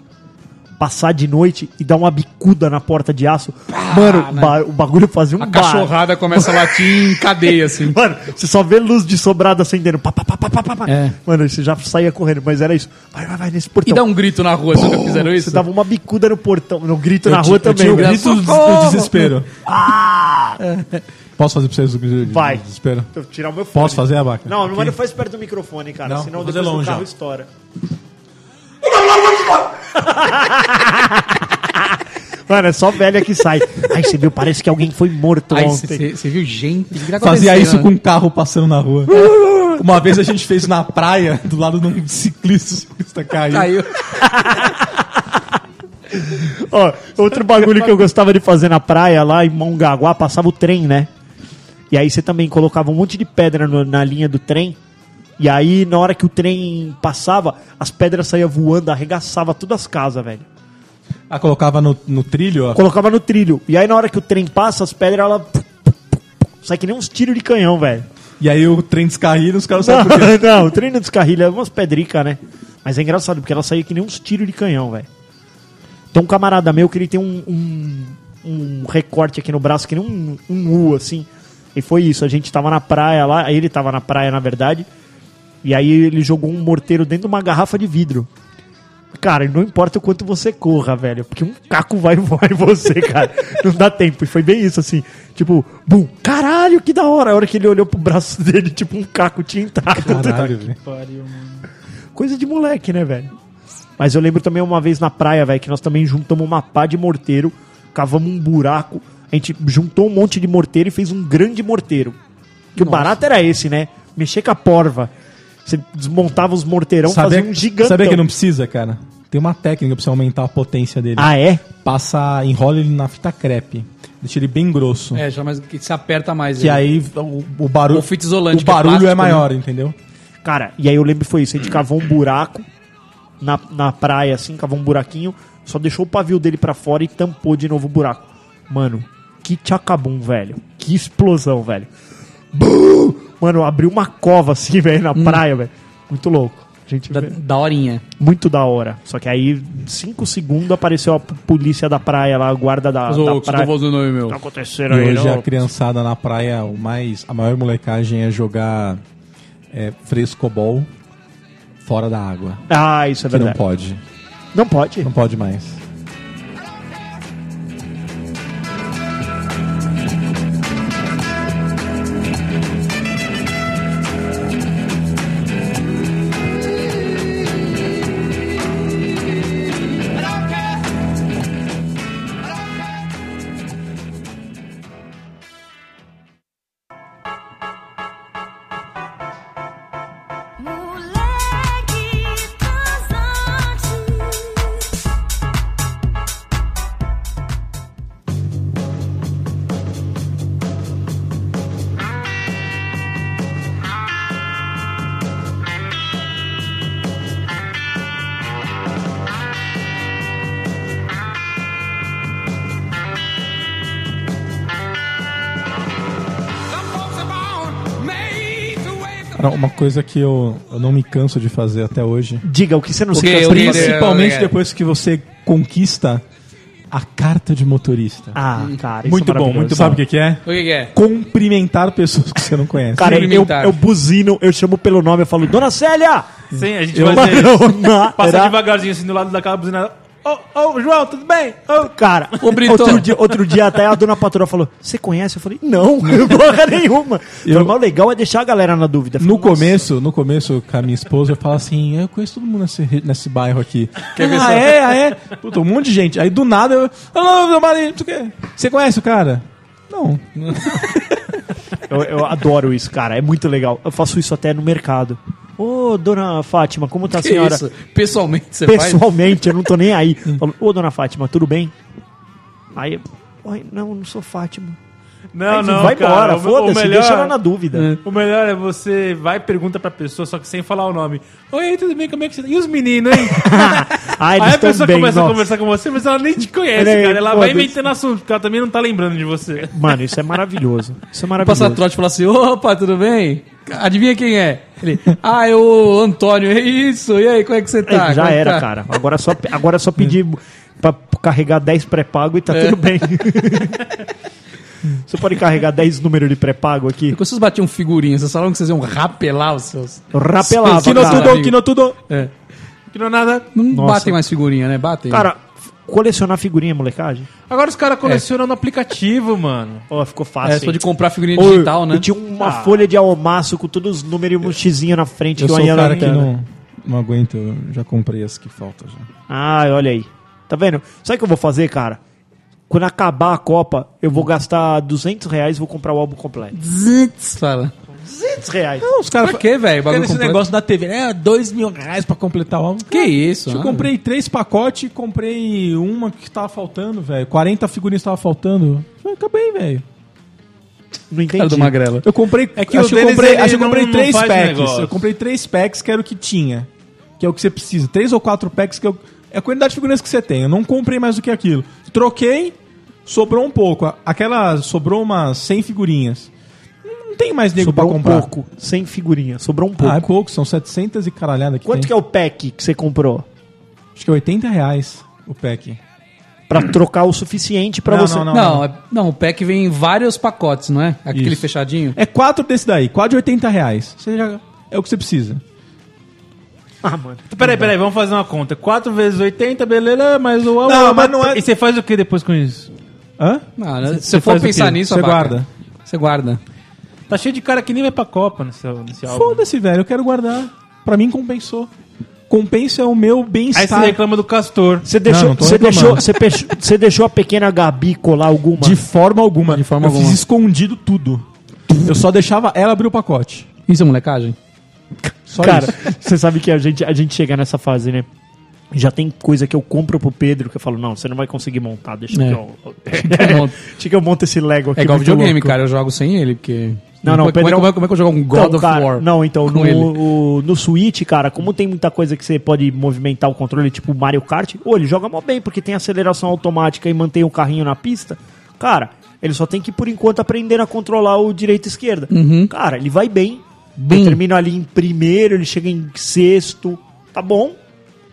Speaker 4: Passar de noite e dar uma bicuda na porta de aço.
Speaker 3: Ah,
Speaker 4: Mano,
Speaker 5: né?
Speaker 4: ba- o bagulho fazia um
Speaker 5: A
Speaker 4: bar.
Speaker 5: cachorrada começa a latir em cadeia, assim.
Speaker 4: <laughs> Mano, você só vê luz de sobrado acendendo. Pá, pá, pá, pá, pá, pá, pá.
Speaker 5: É.
Speaker 4: Mano, você já saía correndo, mas era isso. Vai, vai, vai, nesse
Speaker 5: E
Speaker 4: portão.
Speaker 5: dá um grito na rua, vocês já fizeram isso?
Speaker 4: Você um dava uma bicuda no portão, no grito na
Speaker 3: Eu
Speaker 4: rua
Speaker 3: ti- eu
Speaker 4: também.
Speaker 3: tinha o
Speaker 4: né?
Speaker 3: grito do des- do desespero. É. Posso fazer pra vocês o grito do
Speaker 4: Vai.
Speaker 3: desespero?
Speaker 4: Deixa eu tirar o meu fone.
Speaker 3: Posso fazer, Abaca?
Speaker 4: Não, não
Speaker 3: Aqui?
Speaker 4: manda faz perto do microfone, cara.
Speaker 3: Não,
Speaker 4: senão
Speaker 3: vou fazer
Speaker 4: depois o
Speaker 3: longe,
Speaker 4: carro
Speaker 3: ó.
Speaker 4: estoura.
Speaker 3: <laughs>
Speaker 4: Mano, é só velha que sai. Aí você viu, parece que alguém foi morto
Speaker 5: Aí
Speaker 4: ontem.
Speaker 5: você viu gente? O que tá
Speaker 3: Fazia
Speaker 5: acontecendo,
Speaker 3: isso
Speaker 5: né?
Speaker 3: com um carro passando na
Speaker 5: <laughs>
Speaker 3: rua. Uma vez a gente fez na praia, do lado de um ciclista, o ciclista caiu.
Speaker 5: Caiu.
Speaker 4: Ó, outro bagulho que eu gostava de fazer na praia, lá em Mongaguá, passava o trem, né? E aí você também colocava um monte de pedra no- na linha do trem. E aí, na hora que o trem passava, as pedras saíam voando, arregaçava todas as casas, velho.
Speaker 3: Ah, colocava no, no trilho, ó.
Speaker 4: colocava no trilho. E aí na hora que o trem passa, as pedras, ela. Sai que nem uns tiros de canhão, velho.
Speaker 3: E aí o trem descarrilha e os caras
Speaker 4: Não,
Speaker 3: saem
Speaker 5: <laughs>
Speaker 3: por quê?
Speaker 4: <laughs> não, o trem não descarrilha, é umas pedricas, né? Mas é engraçado, porque ela saía que nem uns tiros de canhão, velho. Tem um camarada meu que ele tem um, um, um recorte aqui no braço, que nem um, um U, assim. E foi isso, a gente tava na praia lá, aí ele tava na praia, na verdade. E aí ele jogou um morteiro dentro de uma garrafa de vidro. Cara, e não importa o quanto você corra, velho, porque um caco vai <laughs> voar em você, cara. não dá tempo. E foi bem isso, assim. Tipo, bum, caralho, que da hora. A hora que ele olhou pro braço <laughs> dele, tipo, um caco tinha entrado.
Speaker 5: Então
Speaker 3: Caralho, velho.
Speaker 4: Coisa de moleque, né, velho? Mas eu lembro também uma vez na praia, velho, que nós também juntamos uma pá de morteiro, cavamos um buraco, a gente juntou um monte de morteiro e fez um grande morteiro. Que o barato era esse, né? Mexer com a porva. Você desmontava os morteirão, fazia um gigantão.
Speaker 3: sabia que não precisa, cara? Tem uma técnica pra você aumentar a potência dele.
Speaker 4: Ah, é?
Speaker 3: Passa, enrola ele na fita crepe. Deixa ele bem grosso.
Speaker 5: É, já mais que se aperta mais.
Speaker 3: Que
Speaker 5: né?
Speaker 3: aí o, o barulho.
Speaker 5: Ou fita isolante,
Speaker 3: O
Speaker 5: que é
Speaker 3: barulho é,
Speaker 5: plástico,
Speaker 3: maior, entendeu?
Speaker 4: Cara, e aí eu lembro que foi isso. A gente cavou um buraco na, na praia, assim, cavou um buraquinho, só deixou o pavio dele pra fora e tampou de novo o buraco. Mano, que tchacabum, velho. Que explosão, velho. Bum! Mano, abriu uma cova assim, <laughs> velho, na praia, velho. Muito louco. Gente,
Speaker 5: Hum. Da, da horinha.
Speaker 4: muito da hora. Só que aí, cinco segundos, apareceu a p- polícia da praia lá, a guarda da,
Speaker 5: Mas,
Speaker 4: da
Speaker 5: ô, que eu
Speaker 4: praia.
Speaker 5: tô fazendo aí, meu?
Speaker 4: Não
Speaker 3: E
Speaker 4: aconteceram aí,
Speaker 3: hoje é
Speaker 4: não.
Speaker 3: a criançada na praia, o mais, a maior molecagem é jogar é, frescobol fora da água.
Speaker 4: Ah, isso é
Speaker 3: Que não
Speaker 4: verdade.
Speaker 3: pode.
Speaker 4: Não pode.
Speaker 3: Não pode mais.
Speaker 7: Moleque transante.
Speaker 2: Some folks are born made to wave the
Speaker 3: Cara, uma coisa que eu, eu não me canso de fazer até hoje.
Speaker 4: Diga, o que é assim. você não
Speaker 5: Ok,
Speaker 4: se
Speaker 5: eu
Speaker 4: cansa de
Speaker 5: li-
Speaker 4: fazer?
Speaker 3: Principalmente
Speaker 5: obrigado.
Speaker 3: depois que você conquista a carta de motorista.
Speaker 4: Ah, cara, isso
Speaker 3: muito
Speaker 4: é
Speaker 3: bom, muito bom.
Speaker 4: maravilhoso.
Speaker 3: Sabe o que, que é?
Speaker 5: O que, que é?
Speaker 3: Cumprimentar pessoas que você não conhece.
Speaker 4: Cara, eu,
Speaker 5: Cumprimentar.
Speaker 4: eu buzino, eu chamo pelo nome, eu falo, Dona Célia!
Speaker 6: Sim, a gente <laughs>
Speaker 4: Eu
Speaker 6: vai fazer isso.
Speaker 4: Maronara.
Speaker 6: Passa devagarzinho assim do lado da casa buzinada. Ô, ô, João, tudo bem?
Speaker 4: Ô, Cara,
Speaker 5: Ô, Brito.
Speaker 4: outro, dia, outro dia até a dona patroa falou: Você conhece? Eu falei: Não, <laughs> porra nenhuma. Eu... Mas o legal é deixar a galera na dúvida. Eu
Speaker 3: No
Speaker 4: falei, "Nossa,
Speaker 3: começo, no começo, com a minha esposa, eu falo assim, eu conheço todo mundo nesse, re- nesse bairro aqui. ah, é, ah, é? Puta, um monte de gente. Aí do nada eu. Alô, meu marido, tu quer? Você conhece o cara? Não.
Speaker 4: Eu, eu adoro isso, cara. É muito legal. Eu faço isso até no mercado. Ô, dona Fátima, como tá a
Speaker 5: Que
Speaker 4: senhora?
Speaker 5: isso? Pessoalmente você faz?
Speaker 4: Pessoalmente, eu não tô nem aí. Falo, Ô, dona Fátima, tudo bem? Aí, eu, "Oi, não, não sou Fátima.
Speaker 6: Não,
Speaker 4: Aí,
Speaker 6: não,
Speaker 4: vai
Speaker 6: cara,
Speaker 4: embora,
Speaker 6: o- o
Speaker 4: foda-se,
Speaker 6: melhor-
Speaker 4: deixa ela na dúvida.
Speaker 6: O melhor é você vai e pergunta pra pessoa, só que sem falar o nome. Oi, tudo bem? Como é que você tá? E os meninos, hein?
Speaker 4: <laughs> Ah,
Speaker 6: Aí
Speaker 4: eles
Speaker 6: a
Speaker 4: tão
Speaker 6: pessoa
Speaker 4: bem,
Speaker 6: começa a
Speaker 4: nossa.
Speaker 6: conversar com você, mas ela nem te conhece,
Speaker 4: Ele-
Speaker 6: cara. Ela vai
Speaker 4: foda-se.
Speaker 6: inventando assunto, porque ela também não tá lembrando de você.
Speaker 4: Mano, isso é maravilhoso. Isso é maravilhoso.
Speaker 5: Passa trote e fala assim, opa, tudo bem? Adivinha quem é? Ele, ah, é o Antônio, é isso, e aí, como é que você
Speaker 4: É,
Speaker 5: tá? Como
Speaker 4: já
Speaker 5: é que
Speaker 4: era,
Speaker 5: tá?
Speaker 4: cara. Agora é só, agora é só pedir pra carregar 10 pré-pago e tá tudo bem. Você pode carregar 10 números de pré-pago aqui?
Speaker 5: Quando vocês batiam figurinhas, vocês falaram que vocês iam rapelar os seus...
Speaker 4: Eu Rapelava,
Speaker 5: Sim, sim, nós
Speaker 4: cara.
Speaker 5: tudo- amigo.
Speaker 3: tudo.
Speaker 5: É.
Speaker 6: Que não é nada.
Speaker 5: Não
Speaker 4: Nossa.
Speaker 5: batem mais figurinha, né? Batem.
Speaker 4: Cara, f- colecionar figurinha, é molecagem?
Speaker 6: Agora os
Speaker 4: É.
Speaker 6: caras colecionam no aplicativo, mano.
Speaker 4: Ó, ficou
Speaker 5: é,
Speaker 3: assim,
Speaker 4: fácil.
Speaker 5: só de
Speaker 4: hein?
Speaker 5: comprar figurinha digital,
Speaker 4: eu,
Speaker 5: né?
Speaker 4: eu tinha uma
Speaker 6: Ah.
Speaker 4: folha de almaço com todos os números e um xizinho na frente
Speaker 3: Eu
Speaker 4: que eu
Speaker 3: sou
Speaker 4: ia
Speaker 3: o cara
Speaker 4: na
Speaker 3: que não, não aguento, eu já comprei as que faltam já.
Speaker 4: Ah, olha aí. Tá vendo? Sabe o que eu vou fazer, cara? Quando acabar a Copa, eu vou gastar 200 reais e vou comprar o álbum completo.
Speaker 5: Zitz, fala.
Speaker 4: 200 reais.
Speaker 3: Não, um os caras.
Speaker 5: Pra quê, velho? Bagulho
Speaker 3: Esse
Speaker 5: completo.
Speaker 3: negócio da TV, é dois mil reais pra completar o Ah. álbum.
Speaker 5: Que isso?
Speaker 3: Eu
Speaker 5: né?
Speaker 3: comprei três pacotes e comprei uma que tava faltando, velho. 40 figurinhas tava faltando. Eu Acabei, velho.
Speaker 4: Não entendi.
Speaker 5: Cara do Magrela.
Speaker 3: Eu comprei.
Speaker 6: É que
Speaker 3: acho
Speaker 6: o
Speaker 3: que eu
Speaker 6: deles,
Speaker 3: comprei,
Speaker 6: ele
Speaker 3: acho que eu
Speaker 6: não-
Speaker 3: comprei
Speaker 6: não
Speaker 3: três
Speaker 6: faz
Speaker 3: packs.
Speaker 6: negócio.
Speaker 3: Eu comprei três packs que era o que tinha. Que é o que você precisa. Três ou quatro packs que eu. É a quantidade de figurinhas que você tem. Eu não comprei mais do que aquilo. Troquei, sobrou um pouco. A- Aquela. Sobrou umas 100 figurinhas. Não tem mais nego pra
Speaker 4: Sobrou um
Speaker 3: comprar.
Speaker 4: pouco. Sem figurinha. Sobrou um pouco.
Speaker 3: Ah, é pouco, são 700 e caralhada que
Speaker 4: Quanto que
Speaker 3: tem.
Speaker 4: é o pack que você comprou?
Speaker 3: Acho que é 80 reais o pack.
Speaker 4: Pra trocar o suficiente pra
Speaker 3: Não,
Speaker 4: você.
Speaker 3: não.
Speaker 5: Não, é- não, o pack vem em vários pacotes, não é? Aquele
Speaker 3: Isso.
Speaker 5: fechadinho.
Speaker 3: É quatro desse daí, quase 80 reais. Você já- É o que você precisa.
Speaker 4: Ah, mano.
Speaker 6: Peraí, peraí, vamos fazer uma conta. 4 vezes 80, beleza, mas o álbum...
Speaker 3: Não, mas não é-
Speaker 6: E você faz o que depois com isso?
Speaker 3: Hã?
Speaker 4: Tá
Speaker 5: Não, né? se
Speaker 3: Você
Speaker 5: você for
Speaker 3: faz o
Speaker 5: pensar
Speaker 3: quê?
Speaker 5: nisso,
Speaker 3: Você
Speaker 5: abaca.
Speaker 3: guarda.
Speaker 5: Você guarda.
Speaker 6: Tá cheio de cara que nem vai pra Copa nesse, nesse álbum.
Speaker 3: Foda-se, velho, eu quero guardar. Pra mim compensou. compensa é o meu
Speaker 6: Aí você
Speaker 3: bem-estar.
Speaker 6: reclama do castor.
Speaker 4: Você deixou,
Speaker 3: não tô
Speaker 4: você
Speaker 3: reclamando.
Speaker 4: deixou, você pech- você deixou a pequena Gabi colar alguma?
Speaker 3: De forma alguma.
Speaker 5: De forma
Speaker 3: eu
Speaker 5: alguma.
Speaker 3: fiz escondido tudo. Eu só deixava ela abrir o pacote.
Speaker 5: Isso é molecagem?
Speaker 3: Só
Speaker 4: Cara,
Speaker 3: isso.
Speaker 4: <laughs> você sabe que a gente, a gente chega nessa fase, né? Já tem coisa que eu compro pro Pedro que eu falo, não, você não vai conseguir montar, deixa
Speaker 5: É.
Speaker 3: <laughs>
Speaker 4: que eu. <laughs> Deixa que eu monto esse Lego aqui.
Speaker 5: É igual
Speaker 4: muito
Speaker 5: videogame,
Speaker 4: louco.
Speaker 5: cara. Eu jogo sem ele, porque.
Speaker 4: Não, não,
Speaker 5: como, é- como é-
Speaker 4: Pedrão-
Speaker 5: como é, como é que eu jogo um God
Speaker 4: Então,
Speaker 5: of
Speaker 4: cara,
Speaker 5: War?
Speaker 4: Não, então,
Speaker 5: com
Speaker 4: no,
Speaker 5: ele?
Speaker 4: o- no Switch, cara, como tem muita coisa que você pode movimentar o controle, tipo Mario Kart, ô, ele joga mó bem, porque tem aceleração automática e mantém o carrinho na pista. Cara, ele só tem que, por enquanto, aprender a controlar o direito e esquerda. Cara, ele vai bem.
Speaker 5: Uhum. Bem.
Speaker 4: Ele termina ali em primeiro, ele chega em sexto. Tá bom.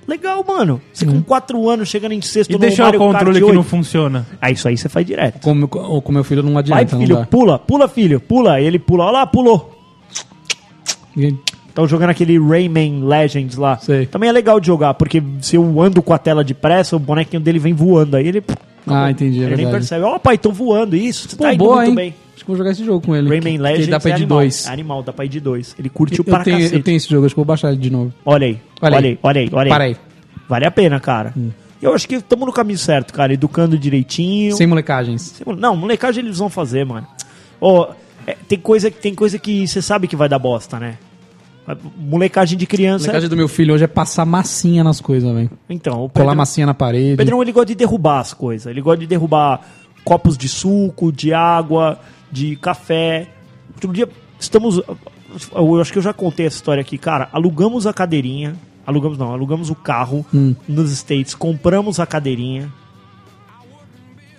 Speaker 4: Legal, mano. Você
Speaker 5: Uhum.
Speaker 4: com quatro anos chegando em sexto
Speaker 6: E deixar o
Speaker 4: Mario Kart
Speaker 6: controle que
Speaker 4: 8.
Speaker 6: não funciona.
Speaker 4: Ah, isso aí você faz direto.
Speaker 5: Como, com com meu filho não
Speaker 4: Vai,
Speaker 5: adianta, não
Speaker 4: filho,
Speaker 5: dá.
Speaker 4: pula, pula, filho, pula. Ele pula, olha lá, pulou.
Speaker 5: Ninguém-
Speaker 4: Estão jogando aquele Rayman Legends lá.
Speaker 5: Sei.
Speaker 4: Também é legal de jogar, porque se eu ando com a tela depressa, o bonequinho dele vem voando. Aí ele.
Speaker 5: Ah, entendi. É
Speaker 4: ele nem
Speaker 5: verdade.
Speaker 4: percebe. Ó, pai, estão voando. Isso, você
Speaker 5: Pô,
Speaker 4: tá indo
Speaker 5: boa,
Speaker 4: muito
Speaker 5: hein?
Speaker 4: bem.
Speaker 5: Acho que eu vou jogar esse jogo com ele.
Speaker 4: Rayman
Speaker 5: que-
Speaker 4: Legends
Speaker 5: Que dá pra
Speaker 4: é
Speaker 5: ir de
Speaker 4: animal.
Speaker 5: dois.
Speaker 4: É animal, dá pra ir de dois. Ele curtiu
Speaker 5: Eu
Speaker 4: pra
Speaker 5: tenho,
Speaker 4: cacete.
Speaker 5: eu tenho esse jogo, acho que eu vou baixar ele de novo.
Speaker 4: Olha aí,
Speaker 5: Olha
Speaker 4: olha,
Speaker 5: aí.
Speaker 4: aí, olha aí, olha aí.
Speaker 5: Para aí. Hum.
Speaker 4: Vale a pena, cara. Eu acho que estamos no caminho certo, cara. Educando direitinho.
Speaker 5: Sem molecagens.
Speaker 4: Sem mole- Não, molecagem eles vão fazer, mano. Ó, é, tem, coisa, tem coisa que você sabe que vai dar bosta, né? Molecagem de criança.
Speaker 5: molecagem do meu filho hoje é passar massinha nas coisas, velho.
Speaker 4: Então, o
Speaker 5: Colar
Speaker 4: Pedro-
Speaker 5: massinha na parede.
Speaker 4: O Pedrão ele gosta de derrubar as coisas. Ele gosta de derrubar copos de suco, de água, de café. Outro dia estamos. Eu acho que eu já contei essa história aqui, cara. Alugamos a cadeirinha. Alugamos não, alugamos o carro
Speaker 5: Hum.
Speaker 4: nos States, compramos a cadeirinha.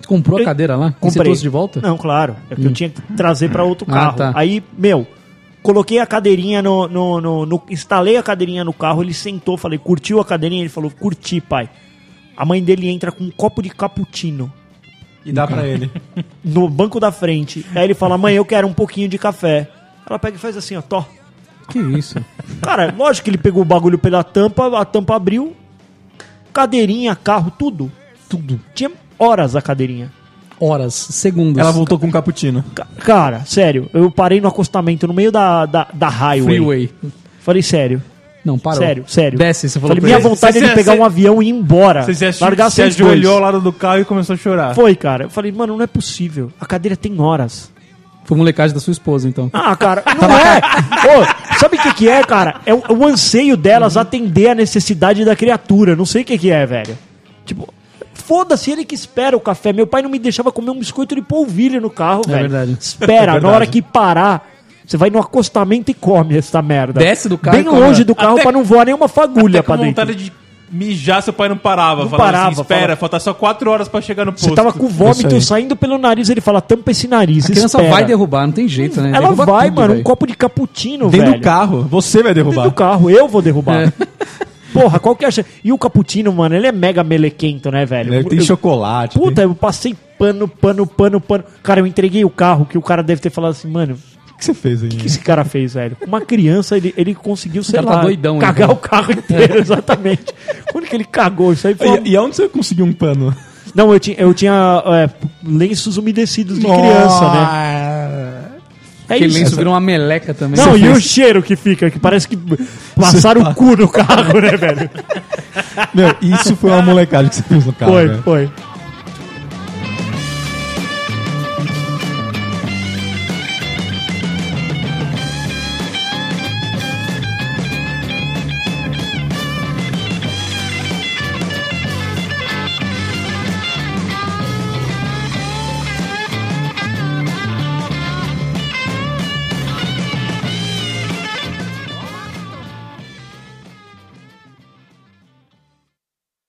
Speaker 5: Tu comprou a
Speaker 4: Eu-
Speaker 5: cadeira lá? E Você trouxe de volta? Hum.
Speaker 4: Não, claro. É porque eu tinha que trazer pra outro
Speaker 5: Ah,
Speaker 4: carro.
Speaker 5: tá.
Speaker 4: Aí, meu, coloquei a cadeirinha no, no, no- no- Instalei a cadeirinha no carro, ele sentou, falei, curtiu a cadeirinha? Ele falou, curti, pai. A mãe dele entra com um copo de cappuccino
Speaker 3: E dá pra ele.
Speaker 4: no banco da frente. Aí ele fala, mãe, eu quero um pouquinho de café. Ela pega e faz assim, ó, tó.
Speaker 5: Que isso?
Speaker 4: Cara, lógico que ele pegou o bagulho pela tampa, a tampa abriu. Cadeirinha, carro, tudo. Tudo. Tinha horas a cadeirinha.
Speaker 5: Horas, segundos.
Speaker 3: Ela voltou com um cappuccino.
Speaker 4: Ca- Cara, sério, eu parei no acostamento no meio da, da, da highway.
Speaker 5: Freeway.
Speaker 4: Falei, sério.
Speaker 5: Não, parou.
Speaker 4: Sério, sério.
Speaker 5: Desce, você falou
Speaker 4: Falei,
Speaker 5: pra
Speaker 4: minha
Speaker 5: ele.
Speaker 4: vontade
Speaker 6: Você-
Speaker 4: é de pegar
Speaker 6: você-
Speaker 4: um avião e ir embora.
Speaker 6: Você se,
Speaker 4: largar
Speaker 6: ach... é assim,
Speaker 4: vocês
Speaker 6: se
Speaker 4: dois.
Speaker 6: ajoelhou ao lado do carro e começou a chorar.
Speaker 4: Foi, cara. Eu falei, mano, não é possível. A cadeira tem horas.
Speaker 5: Foi molecagem da sua esposa, então.
Speaker 4: Ah, cara, não é. Ô, sabe o que, que é, cara? É o, o anseio delas atender a necessidade da criatura. Não sei o que, que é, velho. Tipo, foda-se ele que espera o café. Meu pai não me deixava comer um biscoito de polvilho no carro, velho.
Speaker 5: É verdade. <laughs>
Speaker 4: Espera, na hora que parar, você vai no acostamento e come essa merda.
Speaker 5: Desce do carro e
Speaker 4: Bem
Speaker 5: come.
Speaker 4: longe do carro
Speaker 6: Até-
Speaker 4: pra não voar nenhuma fagulha
Speaker 6: Até
Speaker 4: pra
Speaker 6: com
Speaker 4: dentro.
Speaker 6: vontade de mijar, seu pai não parava.
Speaker 4: Não
Speaker 6: falava
Speaker 4: parava,
Speaker 6: assim, espera,
Speaker 4: falava-
Speaker 6: falta só quatro horas pra chegar no posto.
Speaker 4: Você tava com
Speaker 3: Isso
Speaker 4: vômito
Speaker 3: aí.
Speaker 4: saindo pelo nariz, ele fala, tampa esse nariz,
Speaker 5: A criança
Speaker 4: espera.
Speaker 5: vai derrubar, não tem jeito, né?
Speaker 4: Ela
Speaker 5: Derruba
Speaker 4: vai,
Speaker 5: tudo,
Speaker 4: mano, um
Speaker 5: velho.
Speaker 4: copo de cappuccino,
Speaker 3: Dentro
Speaker 4: velho.
Speaker 3: do carro. Você vai derrubar.
Speaker 4: Dentro do carro, eu vou derrubar. <laughs> Porra, qual que é a chance? E o cappuccino, mano, ele é mega melequento, né, velho?
Speaker 3: Ele tem
Speaker 4: Eu-
Speaker 3: chocolate.
Speaker 4: Puta,
Speaker 3: tem-
Speaker 4: eu passei pano, pano, pano, pano. Cara, eu entreguei o carro que o cara deve ter falado assim, mano, o
Speaker 3: O que você fez aí?
Speaker 4: que esse cara fez, velho? Uma criança, ele, ele conseguiu, sei
Speaker 5: cara tá
Speaker 4: lá,
Speaker 5: doidão,
Speaker 4: cagar
Speaker 5: então.
Speaker 4: o carro inteiro, <laughs> exatamente. Quando que ele cagou? Isso aí foi uma
Speaker 3: E, e onde você conseguiu um pano?
Speaker 4: não, eu tinha, eu tinha é, lenços umedecidos de criança, né? É
Speaker 5: Aquele
Speaker 4: isso.
Speaker 5: lenço virou uma meleca também.
Speaker 4: Não, e o cheiro que fica, que parece que passaram o cu no carro, né, velho?
Speaker 3: Meu, isso foi uma molecagem que você fez no carro. né?
Speaker 4: Foi,
Speaker 3: velho.
Speaker 4: foi.